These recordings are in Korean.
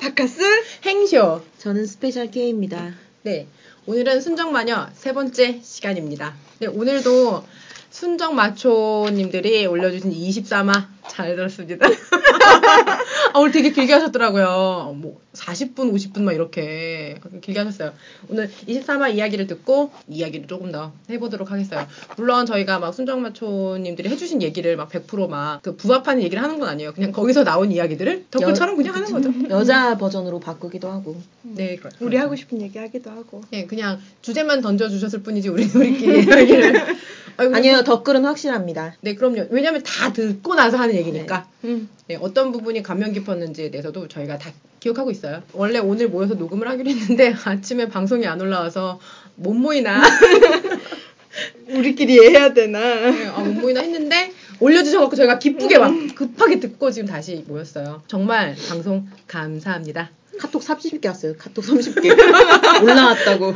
바카스 행쇼. 저는 스페셜 K입니다. 네. 오늘은 순정마녀 세 번째 시간입니다. 네, 오늘도 순정마초님들이 올려주신 23화 잘 들었습니다. 아, 오늘 되게 길게 하셨더라고요. 뭐, 40분, 50분 막 이렇게 길게 하셨어요. 오늘 23화 이야기를 듣고 이야기를 조금 더 해보도록 하겠어요. 물론 저희가 막 순정마초님들이 해주신 얘기를 막 100%막그 부합하는 얘기를 하는 건 아니에요. 그냥 거기서 나온 이야기들을 덕후처럼 그냥 하는 거죠. 여자 버전으로 바꾸기도 하고. 네, 그렇 우리 하고 싶은 얘기 하기도 하고 예, 그냥 주제만 던져주셨을 뿐이지 우리 우리끼리 이야기를. 아이고, 아니요, 덧글은 확실합니다. 네, 그럼요. 왜냐면 다 듣고 나서 하는 얘기니까. 음, 네, 어떤 부분이 감명 깊었는지에 대해서도 저희가 다 기억하고 있어요. 원래 오늘 모여서 녹음을 하기로 했는데 아침에 방송이 안 올라와서 못 모이나, 우리끼리 해야 되나 네, 아, 못 모이나 했는데 올려주셔갖고 저희가 기쁘게 막 급하게 듣고 지금 다시 모였어요. 정말 방송 감사합니다. 카톡 30개 왔어요. 카톡 30개. 올라왔다고.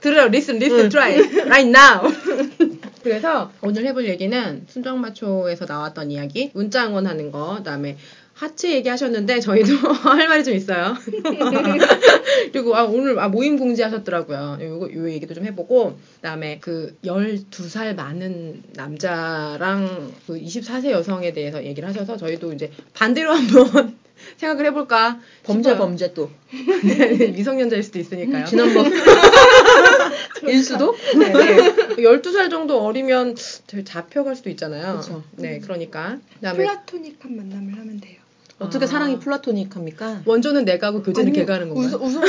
들어요. Listen, listen, try. Right now. 그래서 오늘 해볼 얘기는 순정마초에서 나왔던 이야기, 문자 응원하는 거, 그다음에 하체 얘기하셨는데 저희도 할 말이 좀 있어요. 그리고 아, 오늘 아, 모임 공지하셨더라고요. 요거 요 얘기도 좀 해보고 그다음에 그 12살 많은 남자랑 그 24세 여성에 대해서 얘기를 하셔서 저희도 이제 반대로 한번 생각을 해볼까 범죄 싶어요. 범죄 또. 네, 미성년자일 수도 있으니까요. 지난번. 그렇죠. 일수도? 네, 네. 12살 정도 어리면 저 잡혀갈 수도 있잖아요. 그쵸. 네, 그러니까. 그다음에 플라토닉한 만남을 하면 돼요 어떻게 아. 사랑이 플라토닉합니까? 원조는 내가 하고 교제는 아니, 걔가 하는 건가요? 우선, 우선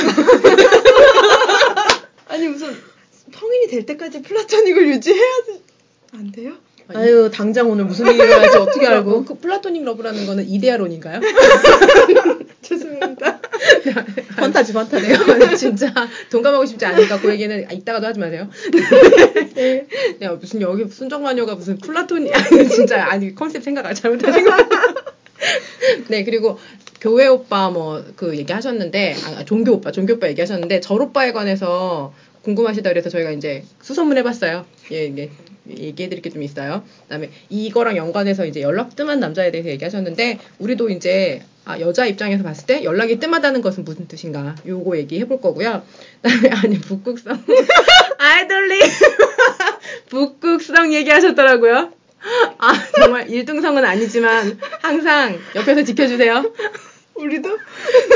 아니 우선 성인이 될 때까지 플라토닉을 유지해야 돼. 안 돼요? 아니, 아유, 당장 오늘 무슨 얘기를 할지 어떻게 어, 알고. 그 플라토닉 러브라는 거는 이데아론인가요? 죄송합니다. 판타지, 판타지. 내가 진짜 동감하고 싶지 않으니까 그 얘기는 아, 이따가도 하지 마세요. 네. 야, 무슨 여기 순정마녀가 무슨 플라토닉 아니 진짜 아니 컨셉 생각을 잘못하신 거 같아요. 네, 그리고 교회 오빠 뭐 그 얘기하셨는데 아, 종교 오빠, 종교 오빠 얘기하셨는데 절 오빠에 관해서 궁금하시다 그래서 저희가 이제 수소문해 봤어요. 예, 이게 얘기해 드릴 게 좀 있어요. 그다음에 이거랑 연관해서 이제 연락 뜸한 남자에 대해서 얘기하셨는데 우리도 이제 아, 여자 입장에서 봤을 때 연락이 뜸하다는 것은 무슨 뜻인가? 요거 얘기해 볼 거고요. 그다음에 아니 북극성 아이돌리 북극성 얘기하셨더라고요. 아 정말 1등성은 아니지만 항상 옆에서 지켜주세요. 우리도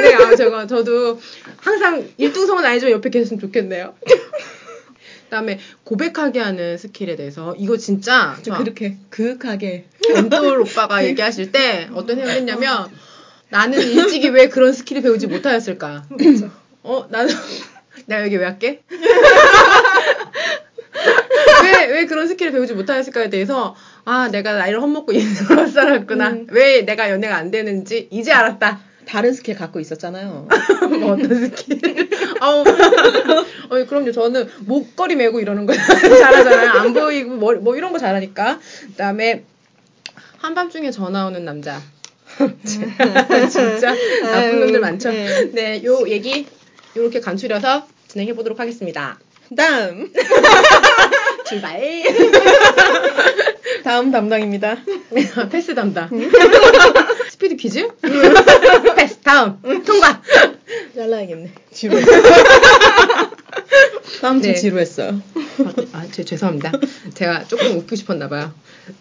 네, 아 제가 저도 항상 1등성은 아니지만 옆에 계셨으면 좋겠네요. 그다음에 고백하게 하는 스킬에 대해서 이거 진짜 좀 저 그렇게 그윽하게. 엠돌 네. 오빠가 얘기하실 때 어떤 생각을 했냐면 나는 일찍이 왜 그런 스킬을 배우지 못하였을까? 맞죠. 어, 나는 나 여기 왜 할게? 왜, 왜 그런 스킬을 배우지 못하였을까에 대해서 아 내가 나이를 헛먹고 인생을 살았구나 음. 왜 내가 연애가 안 되는지 이제 알았다 다른 스킬 갖고 있었잖아요. 뭐 어떤 스킬 아우 어, 그럼요 저는 목걸이 메고 이러는 거 잘하잖아요 안 보이고 뭐, 뭐 이런 거 잘하니까 그다음에 한밤중에 전화 오는 남자 진짜 나쁜 놈들 많죠 네. 네 요 얘기 요렇게 간추려서 진행해 보도록 하겠습니다 다음. 출발 다음 담당입니다. 패스 담당 스피드 퀴즈 패스 음. 다음 통과 잘라야겠네. 지루해. 다음 주 네. 지루했어요. 아, 아, 죄- 죄송합니다. 제가 조금 웃기고 싶었나 봐요.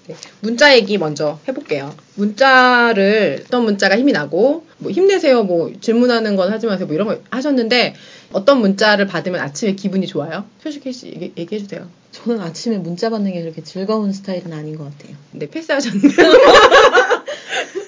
네, 문자 얘기 먼저 해볼게요. 문자를 어떤 문자가 힘이 나고 뭐 힘내세요, 뭐 질문하는 건 하지 마세요, 뭐 이런 거 하셨는데 어떤 문자를 받으면 아침에 기분이 좋아요? 솔직히 씨 얘기, 얘기해 주세요. 저는 아침에 문자 받는 게 그렇게 즐거운 스타일은 아닌 것 같아요. 네, 패스하셨네요.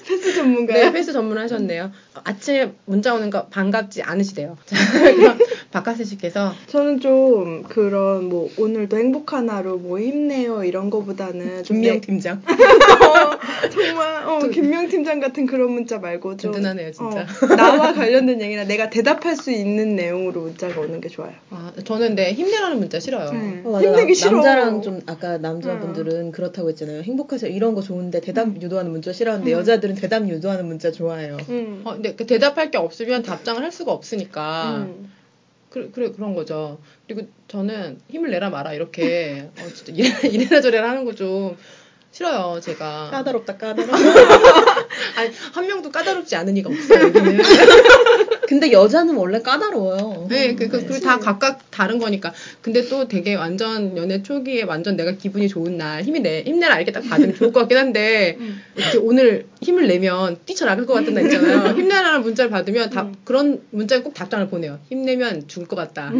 패스 전문가야. 네, 패스 전문하셨네요. 아침에 문자 오는 거 반갑지 않으시대요. 자, 그럼 박카스 씨께서 저는 좀 그런 뭐 오늘도 행복한 하루 뭐 힘내요 이런 거보다는 좀 네. 준미영 팀장. 어, 정말 어, 김명 팀장 같은 그런 문자 말고 좀 든든하네요, 진짜. 어, 나와 관련된 얘기나 내가 대답할 수 있는 내용으로 문자가 오는 게 좋아요. 아, 저는 네, 힘내라는 문자 싫어요. 네. 어, 음. 맞아. 나- 힘내기 싫어. 남자랑 좀 아까 남자분들은 그렇다고 했잖아요. 행복하세요. 이런 거 좋은데 대답 유도하는 문자 싫어하는데 음. 여자들은 대답 유도하는 문자 좋아해요. 음. 어, 근데 그 대답할 게 없으면 답장을 할 수가 없으니까 음. 그래, 그래 그런 거죠. 그리고 저는 힘을 내라 마라 이렇게 어, 진짜 이래나, 이래나 저래나 하는 거 좀 싫어요 제가 까다롭다 까다롭다. 아니, 한 명도 까다롭지 않은 이가 없어요 여기는 근데 여자는 원래 까다로워요. 네, 그, 그, 그, 다 각각 다른 거니까. 근데 또 되게 완전 연애 초기에 완전 내가 기분이 좋은 날, 힘이 내, 힘내라 이렇게 딱 받으면 좋을 것 같긴 한데, 이렇게 오늘 힘을 내면 뛰쳐나갈 것 같은 날 있잖아요. 힘내라는 문자를 받으면 답, 그런 문자에 꼭 답장을 보내요. 힘내면 죽을 것 같다.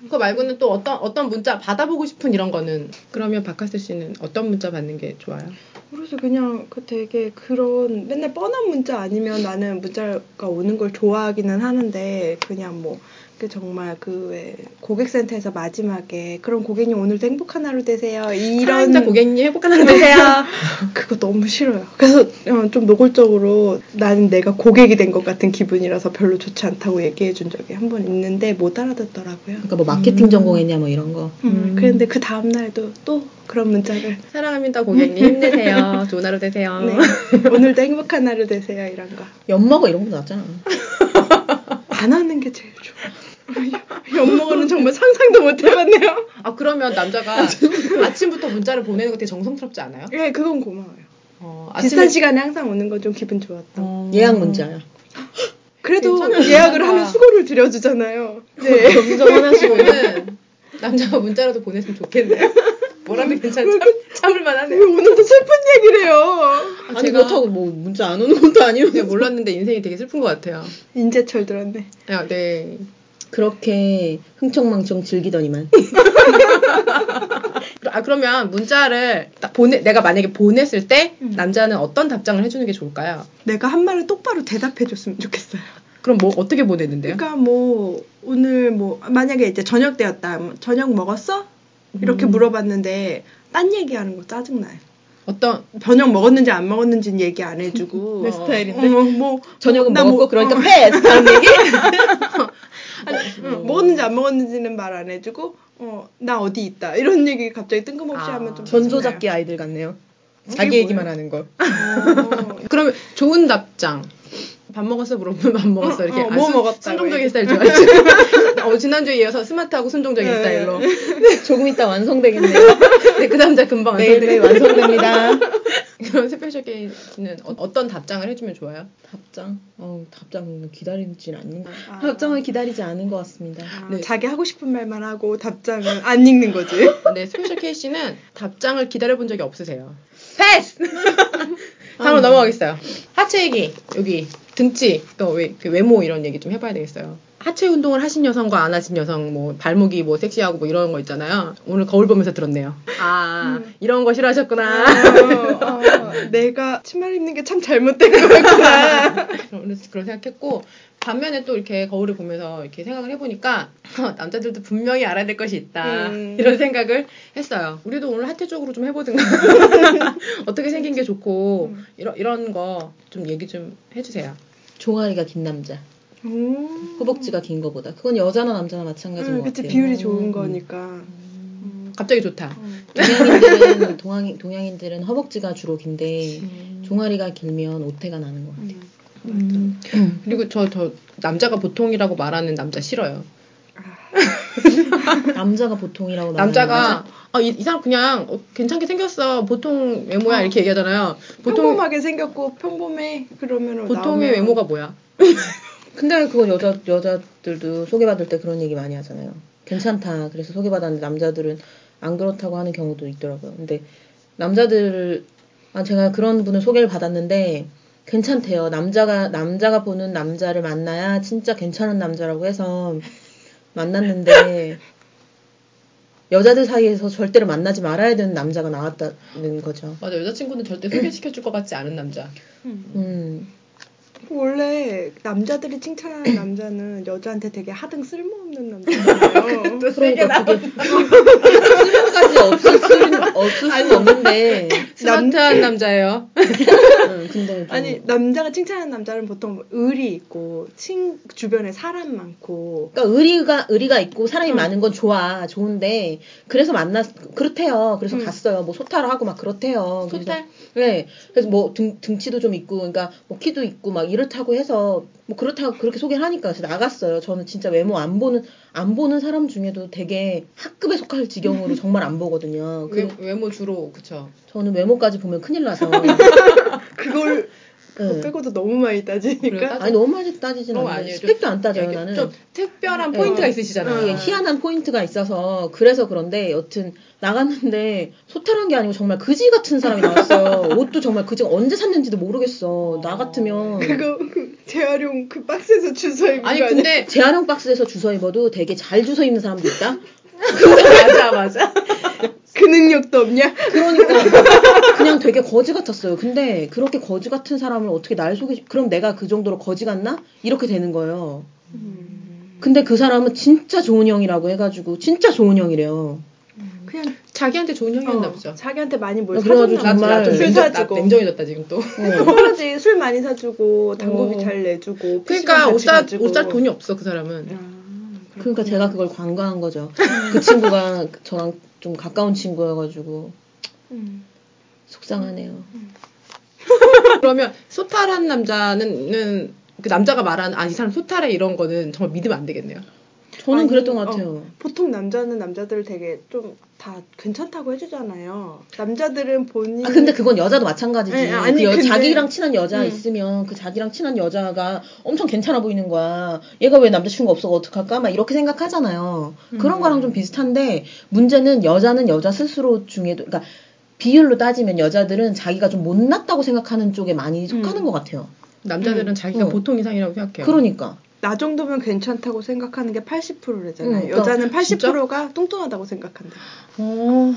그거 말고는 또 어떤, 어떤 문자 받아보고 싶은 이런 거는, 그러면 박하스 씨는 어떤 문자 받는 게 좋아요? 그래서 그냥 그 되게 그런 맨날 뻔한 문자 아니면 나는 문자가 오는 걸 좋아하기는 하는데 그냥 뭐. 그 정말 그 왜 고객센터에서 마지막에 그럼 고객님 오늘도 행복한 하루 되세요 이런 사랑자 고객님 행복한 하루 되세요 그거 너무 싫어요 그래서 어, 좀 노골적으로 나는 내가 고객이 된 것 같은 기분이라서 별로 좋지 않다고 얘기해 준 적이 한 번 있는데 못 알아듣더라고요 그러니까 뭐 마케팅 전공했냐 뭐 이런 거. 음, 그런데 그 다음 날도 또 그런 문자를 사랑합니다 고객님 힘내세요 좋은 하루 되세요 네. 오늘도 행복한 하루 되세요 이런 거 연마고 이런 거 낫잖아. 안 하는 게 제일 좋아 연먹어는 정말 상상도 못 해봤네요 아 그러면 남자가 아침부터 문자를 보내는 거 되게 정성스럽지 않아요? 예 그건 고마워요 어, 음. 비슷한 시간에 항상 오는 건 좀 기분 좋았던 어, 예약 문자야. 그래도 괜찮아요. 예약을 괜찮다. 하면 수고를 드려주잖아요 네 점점 하나씩 저는 남자가 문자라도 보냈으면 좋겠네요. 음. 뭐라도 괜찮죠? 참을만 왜 하네요. 오늘도 슬픈 얘기래요 아, 아니 제가 그렇다고 뭐 문자 안 오는 것도 아니고 제가 몰랐는데 인생이 되게 슬픈 것 같아요. 인재철 들었네 아, 네. 그렇게 흥청망청 즐기더니만 아 그러면 문자를 딱 보내 내가 만약에 보냈을 때 음. 남자는 어떤 답장을 해주는 게 좋을까요? 내가 한 말을 똑바로 대답해줬으면 좋겠어요 그럼 뭐 어떻게 보내는데요? 그러니까 뭐 오늘 뭐 만약에 이제 저녁 때였다 뭐 저녁 먹었어? 이렇게 물어봤는데 딴 얘기하는 거 짜증나요 어떤 저녁 먹었는지 안 먹었는지는 얘기 안 해주고 내 스타일인데? 어, 뭐 저녁은 나 먹고 뭐- 그러니까 패스 다른 얘기 어. 응, 먹었는지 안 먹었는지는 말 안 해주고 어 나 어디 있다 이런 얘기 갑자기 뜬금없이 아, 하면 좀 전조잡기 아이들 같네요 자기 뭐예요? 얘기만 하는 거 어, 그러면 좋은 답장. 밥 먹었어 물어보면 밥 먹었어 어, 이렇게 아, 어, 뭐 순- 먹었다고 순종적인 스타일 이렇게. 좋아하죠. 어, 지난주에 이어서 스마트하고 순종적인 네. 스타일로. 조금 있다 완성되겠네요 근데 그 남자 금방 매일 매일 완성되고. 완성됩니다 그럼 스페셜 게스트는 어, 어떤 답장을 해주면 좋아요? 답장 어 답장은 기다리진 않는 거 아. 답장을 기다리지 않은 것 같습니다 아, 네. 자기 하고 싶은 말만 하고 답장은 안 읽는 거지 네 스페셜 케이 씨는 답장을 기다려본 적이 없으세요. 패스. 다음으로 넘어가겠어요. 하체 얘기 여기 등치 어, 또왜 그 외모 이런 얘기 좀 해봐야 되겠어요. 하체 운동을 하신 여성과 안 하신 여성 뭐 발목이 뭐 섹시하고 뭐 이런 거 있잖아요. 오늘 거울 보면서 들었네요. 아 이런 거 아. 싫어하셨구나. 어, 어, 내가 치마 를 입는 게 참 잘못된 거였구나 그런 그런 생각했고 반면에 또 이렇게 거울을 보면서 이렇게 생각을 해보니까 남자들도 분명히 알아야 될 것이 있다 음. 이런 생각을 했어요. 우리도 오늘 하체 쪽으로 좀 해보든가 어떻게 생긴 게 좋고 음. 이런 이런 거 좀 얘기 좀 해주세요. 종아리가 긴 남자 음, 허벅지가 긴 거보다 그건 여자나 남자나 마찬가지인 음, 것 그치 같아요 비율이 좋은 음. 거니까 음, 갑자기 좋다. 음. 동양인들은 동양, 동양인들은 허벅지가 주로 긴데 음. 종아리가 길면 오태가 나는 것 같아요 음. 그리고 저 저 남자가 보통이라고 말하는 남자 싫어요. 남자가 어, 보통이라고 말하는 남자가 아, 이, 이 사람 그냥 어, 괜찮게 생겼어 보통 외모야 어. 이렇게 얘기하잖아요. 보통 평범하게 생겼고 평범해 그러면 어, 보통의 외모가 뭐야? 근데 그거 여자 여자들도 소개받을 때 그런 얘기 많이 하잖아요. 괜찮다. 그래서 소개받았는데 남자들은 안 그렇다고 하는 경우도 있더라고요. 근데 남자들 아 제가 그런 분을 소개를 받았는데 괜찮대요. 남자가 남자가 보는 남자를 만나야 진짜 괜찮은 남자라고 해서 만났는데 여자들 사이에서 절대로 만나지 말아야 되는 남자가 나왔다는 거죠. 맞아 여자친구는 절대 소개시켜줄 것 같지 않은 남자. 음. 음. 원래 남자들이 칭찬하는 남자는 여자한테 되게 하등 쓸모없는 남자예요. 그러니까 그게 수준까지 없을 수는 없을 수는 없는데 네. 남- 스마트한 남자예요. 응, 근데 좀 아니 남자가 칭찬하는 남자는 보통 의리 있고 친 주변에 사람 많고 그러니까 의리가 의리가 있고 사람이 많은 건 좋아 좋은데 그래서 만났 그렇대요 그래서 음. 갔어요 뭐 소탈을 하고 막 어, 그렇대요 그래서- 소탈? 네 그래서 뭐 등, 등치도 좀 있고 그러니까 뭐 키도 있고 막 이렇다고 해서 뭐 그렇다고 그렇게 소개를 하니까 그래서 나갔어요 저는 진짜 외모 안 보는 안 보는 사람 중에도 되게 학급에 속할 지경으로 정말 안 보거든요 그 외, 외모 주로 그쵸. 저는 외모까지 보면 큰일 나서 그걸 그거 네. 빼고도 너무 많이 따지니까. 그래요? 아니 너무 많이 따지진 너무 않아요. 아니에요. 좀 스펙도 안 따져요 이렇게 나는. 좀 특별한 네. 포인트가 어. 있으시잖아요. 어, 이게 희한한 포인트가 있어서 그래서 그런데 여튼 나갔는데 소탈한 게 아니고 정말 그지 같은 사람이 나왔어요. 옷도 정말 그지 언제 샀는지도 모르겠어. 나 같으면 그거 그 재활용 그 박스에서 주워 입은 아니 거 아니야? 근데 재활용 박스에서 주워 입어도 되게 잘 주워 입는 사람도 있다. 맞아 맞아. 그 능력도 없냐? 그러니까 그냥 되게 거지 같았어요. 근데 그렇게 거지 같은 사람을 어떻게 날 속이 그럼 내가 그 정도로 거지 같나? 이렇게 되는 거예요. 음. 근데 그 사람은 진짜 좋은 형이라고 해가지고 진짜 좋은 형이래요. 그냥 자기한테 좋은 형이었나 어, 보죠. 어, 자기한테 많이 뭘 그래가지고 사줬나 보다. 정말 네. 나좀 술 사주고. 냉정해졌다 지금 또. 네. 그러지 술 많이 사주고 당구비 어. 잘 내주고 그러니까 PC방 같이 옷살 가지고. 옷살 돈이 없어 그 네. 사람은. 아, 그러니까 제가 그걸 관과한 거죠. 그 친구가 저랑 좀 가까운 친구여가지고 음. 속상하네요. 그러면 소탈한 남자는 그 남자가 말하는 아이 사람 소탈해 이런 거는 정말 믿으면 안 되겠네요. 저는 아니, 그랬던 것 어. 같아요. 보통 남자는 남자들 되게 좀 다 괜찮다고 해주잖아요. 남자들은 본인 아, 근데 그건 여자도 마찬가지지. 음. 네, 아니, 그 여- 근데- 자기랑 친한 여자 음. 있으면 그 자기랑 친한 여자가 엄청 괜찮아 보이는 거야. 얘가 왜 남자친구가 없어 어떡할까? 막 이렇게 생각하잖아요. 그런 거랑 좀 비슷한데 문제는 여자는 여자 스스로 중에도 그러니까 비율로 따지면 여자들은 자기가 좀 못났다고 생각하는 쪽에 많이 속하는 음. 것 같아요. 남자들은 음. 자기가 어. 보통 이상이라고 생각해요. 그러니까 나 정도면 괜찮다고 생각하는 게 80%래잖아요. 음, 여자는 진짜? 80%가 뚱뚱하다고 생각한다. 어.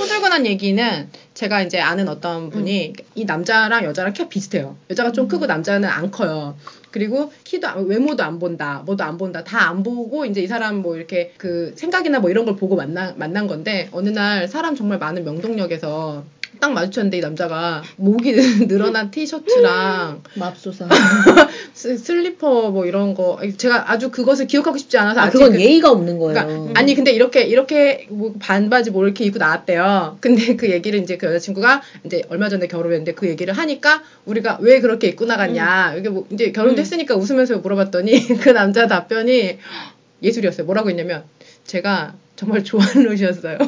호들갑한 얘기는 제가 이제 아는 어떤 분이 음. 이 남자랑 여자랑 키가 비슷해요. 여자가 좀 크고 남자는 안 커요. 그리고 키도 안- 외모도 안 본다, 뭐도 안 본다, 다 안 보고 이제 이 사람 뭐 이렇게 그 생각이나 뭐 이런 걸 보고 만나 만난 건데 어느 날 사람 정말 많은 명동역에서 딱 마주쳤는데 이 남자가 목이 늘어난 티셔츠랑 맙소사. 슬- 슬리퍼 뭐 이런 거 제가 아주 그것을 기억하고 싶지 않아서 아, 아직 그건 그- 예의가 없는 거예요. 그러니까 아니 근데 이렇게 이렇게 뭐 반바지 뭐 이렇게 입고 나왔대요. 근데 그 얘기를 이제 그 여자친구가 이제 얼마 전에 결혼했는데 그 얘기를 하니까 우리가 왜 그렇게 입고 나갔냐. 이게 뭐 이제 결혼도 음. 했으니까 웃으면서 물어봤더니 그 남자 답변이 예술이었어요. 뭐라고 했냐면 제가 정말 좋아하는 옷이었어요. 음.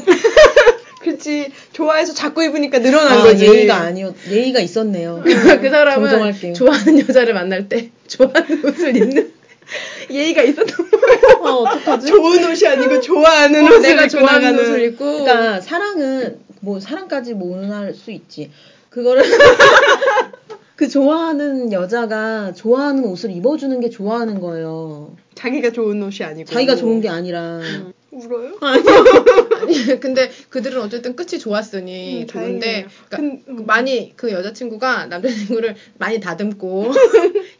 그렇지. 좋아해서 자꾸 입으니까 늘어난 아, 거지. 예의가 아니었 예의가 있었네요. 그 사람은 정정할게요. 좋아하는 여자를 만날 때 좋아하는 옷을 입는 예의가 있었던 아, 어떡하지? 좋은 옷이 아니고 어, 좋아하는 거예요. 옷을 내가 입고 좋아하는 나가는. 옷을 입고 그러니까 사랑은 뭐 사랑까지 모할 수 있지. 그거를 그 좋아하는 여자가 좋아하는 옷을 입어주는 게 좋아하는 거예요. 자기가 좋은 옷이 아니고. 자기가 좋은 게 아니라 울어요? 근데 그들은 어쨌든 끝이 좋았으니 음, 좋은데 다행이네요. 그러니까 근- 그 많이 그 여자친구가 남자친구를 많이 다듬고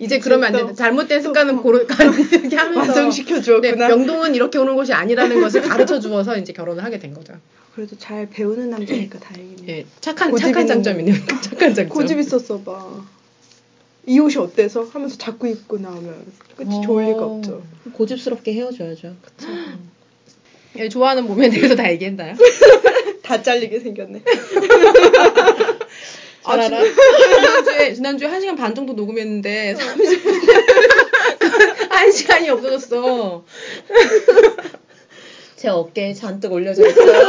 이제 그러면 안 또, 된다. 잘못된 습관은 고르 이렇게 하면서 완성시켜 네, 주었구나. 명동은 이렇게 오는 곳이 아니라는 것을 가르쳐 주어서 이제 결혼을 하게 된 거죠. 그래도 잘 배우는 남자니까 다행이네. 예, 착한 고집이 착한 있는- 장점이네요. 착한 장점. 고집 있었어 봐. 이 옷이 어때서? 하면서 자꾸 입고 나오면 끝이 어. 좋을 리가 없죠. 고집스럽게 헤어져야죠. 예, 좋아하는 몸에 대해서 다 얘기했나요? 다 잘리게 생겼네. 아, 잘 알아. 지금 지난주에 지난주에 1 시간 반 정도 녹음했는데 30분 어. 1 시간이 없어졌어. 제 어깨에 잔뜩 올려져 있어요.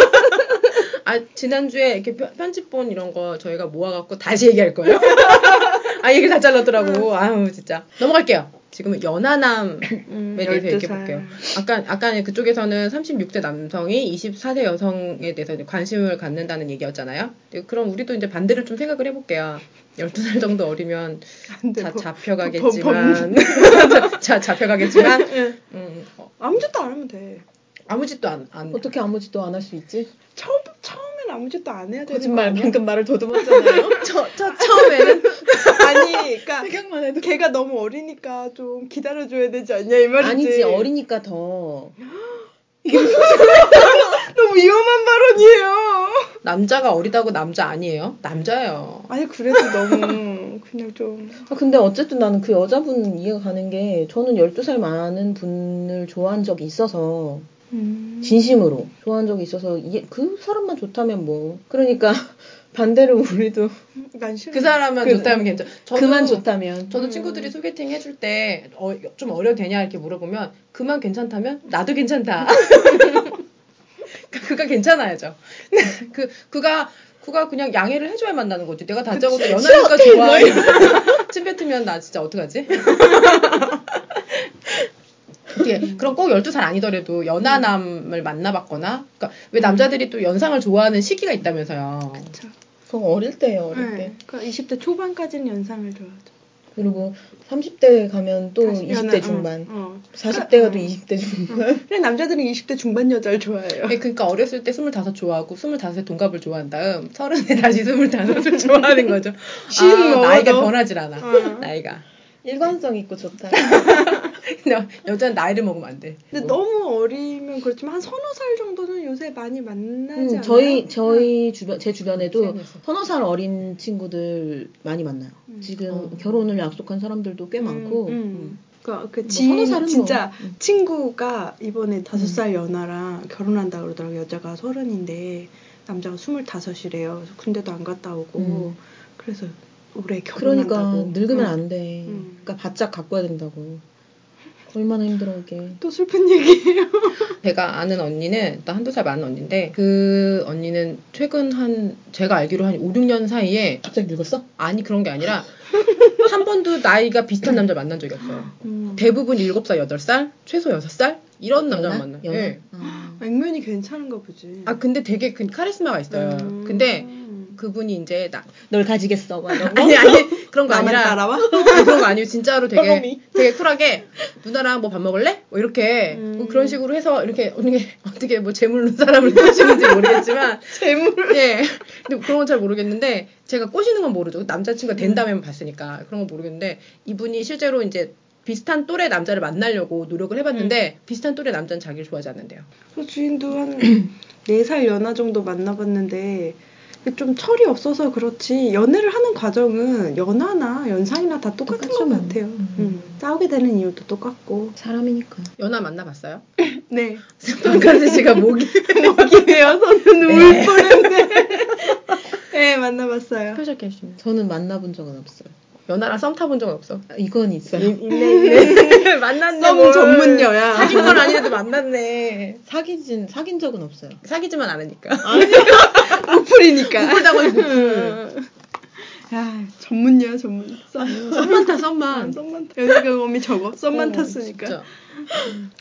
아 지난주에 이렇게 편- 편집본 이런 거 저희가 모아갖고 다시 얘기할 거예요. 아 얘기 다 잘랐더라고. 아우 진짜 넘어갈게요. 지금은 연하남에 음, 대해서 12 얘기해 살. 볼게요. 아까 아까 그쪽에서는 36대 남성이 24세 여성에 대해서 이제 관심을 갖는다는 얘기였잖아요. 네, 그럼 우리도 이제 반대를 좀 생각을 해볼게요. 12살 정도 어리면 안 돼, 자, 뭐. 잡혀가겠지만 자, 잡혀가겠지만 음, 어, 아무 짓도 안 하면 돼. 아무 짓도 안, 안 어떻게 아무 짓도 안 할 수 있지? 처음 처음엔 아무 짓도 안 해야 되는 거짓말 거 아니야? 방금 말을 더듬었잖아요. 저, 저 처음에는 아니, 그러니까 생각만 해도 걔가 너무 어리니까 좀 기다려줘야 되지 않냐 이 말이지. 아니지 어리니까 더 너무 위험한 발언이에요. 남자가 어리다고 남자 아니에요? 남자예요. 아니 그래도 너무 그냥 좀 아, 근데 어쨌든 나는 그 여자분 이해가 가는 게 저는 12살 많은 분을 좋아한 적이 있어서 음. 음. 진심으로 좋아한 적이 있어서 이게 그 사람만 좋다면 뭐 그러니까 반대로 우리도 난 싫어. 그 사람만 그- 좋다면 괜찮. 저도, 그만 좋다면 저도 친구들이 소개팅 해줄 때 좀 어려 되냐 이렇게 물어보면 그만 괜찮다면 나도 괜찮다. 그가 괜찮아야죠. 그 그가 그가 그냥 양해를 해줘야 만나는 거지. 내가 다짜고짜 연하니까 좋아. 침 뱉으면 나 진짜 어떡하지? 어떻게 그럼 꼭 12살 아니더라도 연하남을 만나봤거나 그러니까 왜 남자들이 또 연상을 좋아하는 시기가 있다면서요. 그쵸. 그건 어릴 때예요 네. 어릴 때 그러니까 20대 초반까지는 연상을 좋아하죠. 그리고 30대 가면 또 20대 중반 어. 40대가 또 20대 중반 그냥 남자들은 20대 중반 여자를 좋아해요. 네, 그러니까 어렸을 때 25 좋아하고 25에 동갑을 좋아한 다음 30에 다시 25을 좋아하는 거죠. 시인 아, 나이가 먹어도. 변하질 않아. 어. 나이가. 일관성 있고 좋다 근데 여자는 나이를 먹으면 안 돼. 어. 근데 너무 어리면 그렇지만 한 서너 살 정도는 요새 많이 만나지 음, 않아요? 저희 저희 주변 제 주변에도 재밌어. 서너 살 어린 친구들 많이 만나요. 지금 어. 결혼을 약속한 사람들도 꽤 많고 음, 음. 그러니까 그 서너 지인 살은 진짜 뭐. 음. 친구가 이번에 다섯 살 연하랑 결혼한다 그러더라고 요 여자가 서른인데 남자가 스물다섯이래요. 근데도 안 갔다 오고 음. 그래서 올해 결혼한다고. 그러니까 늙으면 응. 안 돼. 음. 그러니까 바짝 갖고 와야 된다고. 얼마나 힘들어 이게. 또 슬픈 얘기예요. 제가 아는 언니는 나 한두 살 많은 언니인데 그 언니는 최근 한 제가 알기로 한 5, 6년 사이에 갑자기 늙었어? 아니 그런 게 아니라 한 번도 나이가 비슷한 남자 만난 적이 없어요. 음. 대부분 7살, 8살, 최소 6살 이런 남자 만나. 연하? 예. 아. 액면이 괜찮은가 보지. 아 근데 되게 그 카리스마가 있어요. 음. 근데 그분이 이제 나 널 가지겠어. 막 이런 거. 아니 아니 그런 거 나만 아니라 따라와? 아니, 그런 거 아니고 진짜로 되게 사람이. 되게 쿨하게 누나랑 뭐 밥 먹을래? 뭐 이렇게 음. 뭐 그런 식으로 해서 이렇게 어떻게 어떻게 뭐 재물로 사람을 꼬시는지 모르겠지만 재물. 예 근데 그런 건 잘 모르겠는데 제가 꼬시는 건 모르죠 그 남자친구가 음. 된다면 봤으니까 그런 건 모르겠는데 이분이 실제로 이제 비슷한 또래 남자를 만나려고 노력을 음. 해봤는데 비슷한 또래 남자는 자기를 좋아하지 않는데요. 저 주인도 한 네 살 연하 정도 만나봤는데 좀 철이 없어서 그렇지 연애를 하는 과정은 연하나 연상이나 다 똑같은 똑같죠. 것 같아요. 음. 음, 싸우게 되는 이유도 똑같고. 사람이니까. 연하 만나봤어요? 네. 스파카스 씨가 목이 목이에요. 저는 울 뻔했네. 네, 만나봤어요. 펴셨겠어요. 저는 만나본 적은 없어요. 연하랑 썸 타본 적은 없어. 아, 이건 있어요. 있네, 있네. 만났네. 썸 뭘. 전문녀야. 사귄 건 아니라도 만났네. 사귀진 사귄 적은 없어요. 사귀지만 않으니까. 무풀이니까. 그러다 보니 음. 야, 전문녀야, 전문. 썸. 음, 음, 썸만 타 썸만. 썸만 타. 연애 경험이 적어. 썸만 어, 탔으니까. 진짜.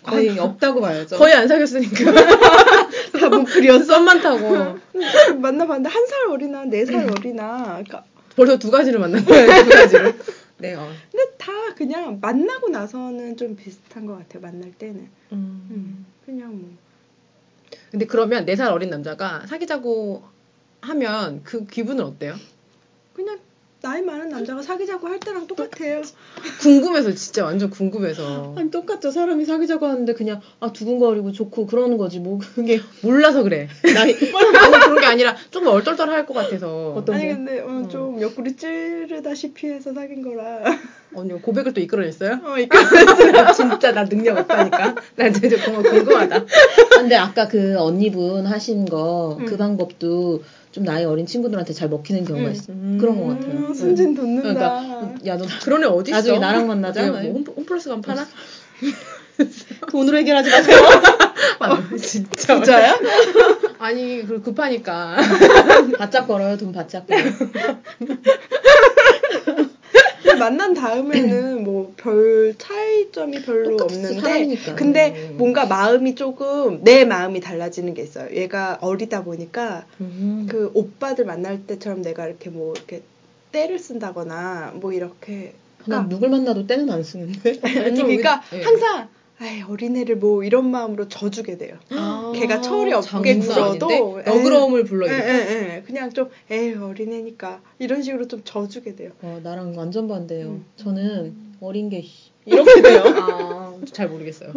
거의 아, 없다고 봐야죠. 거의 안 사귀었으니까. 뭐 다 무풀이었어. 썸만 타고. 음, 만나봤는데 한 살 어리나 네 살 어리나 그러니까 벌써 두 가지를 만난 거예요. 두 가지를. 네. 어. 근데 다 그냥 만나고 나서는 좀 비슷한 것 같아요 만날 때는 음, 그냥 뭐 근데 그러면 네 살 어린 남자가 사귀자고 하면 그 기분은 어때요? 그냥 나이 많은 남자가 사귀자고 할 때랑 똑같아요 궁금해서 진짜 완전 궁금해서 음. 아니 똑같죠. 사람이 사귀자고 하는데 그냥 아 두근거리고 좋고 그러는 거지 뭐 그게 몰라서 그래. 나이 아니 그런 게 아니라 조금 얼떨떨할 것 같아서 어떤- 아니 게? 근데 어, 음. 좀 옆구리 찌르다시피 해서 사귄 거라 언니 고백을 또 이끌어냈어요? 어 이거 나 진짜 나 능력 없다니까. 나 진짜 정말 궁금하다. 근데 아까 그 언니분 하신 거 그 음. 방법도 좀 나이 어린 친구들한테 잘 먹히는 경우가 음. 있어. 그런 것 같아요. 네. 음, 순진 돋는다 그러니까 야너 그런 애 어디 있어? 나중에 나랑 만나자. 나중에 뭐 홈, 플러스 가면 파나? 돈으로 해결하지 마세요. 어, 아, 진짜. 진짜야? 아니 그 급하니까. 바짝 걸어요. 돈 바짝 걸어. 근데 만난 다음에는 뭐 별 차이점이 별로 똑같이 없는데 사람이니까. 근데 음. 뭔가 마음이 조금 내 마음이 달라지는 게 있어요. 얘가 어리다 보니까 음. 그 오빠들 만날 때처럼 내가 이렇게 뭐 이렇게 때를 쓴다거나 뭐 이렇게 난 누굴 만나도 때는 안 쓰는데. 아니 좀 그러니까 왜- 예. 항상 아이 어린애를 뭐 이런 마음으로 져주게 돼요. 걔가 철이 없게 굴어도 에이. 아, 너그러움을 불러. 예, 예, 예. 그냥 좀 에이 어린애니까 이런 식으로 좀 져주게 돼요. 어, 나랑 완전 반대예요. 음. 저는 어린 게 씨, 이렇게 돼요. 아. 잘 모르겠어요.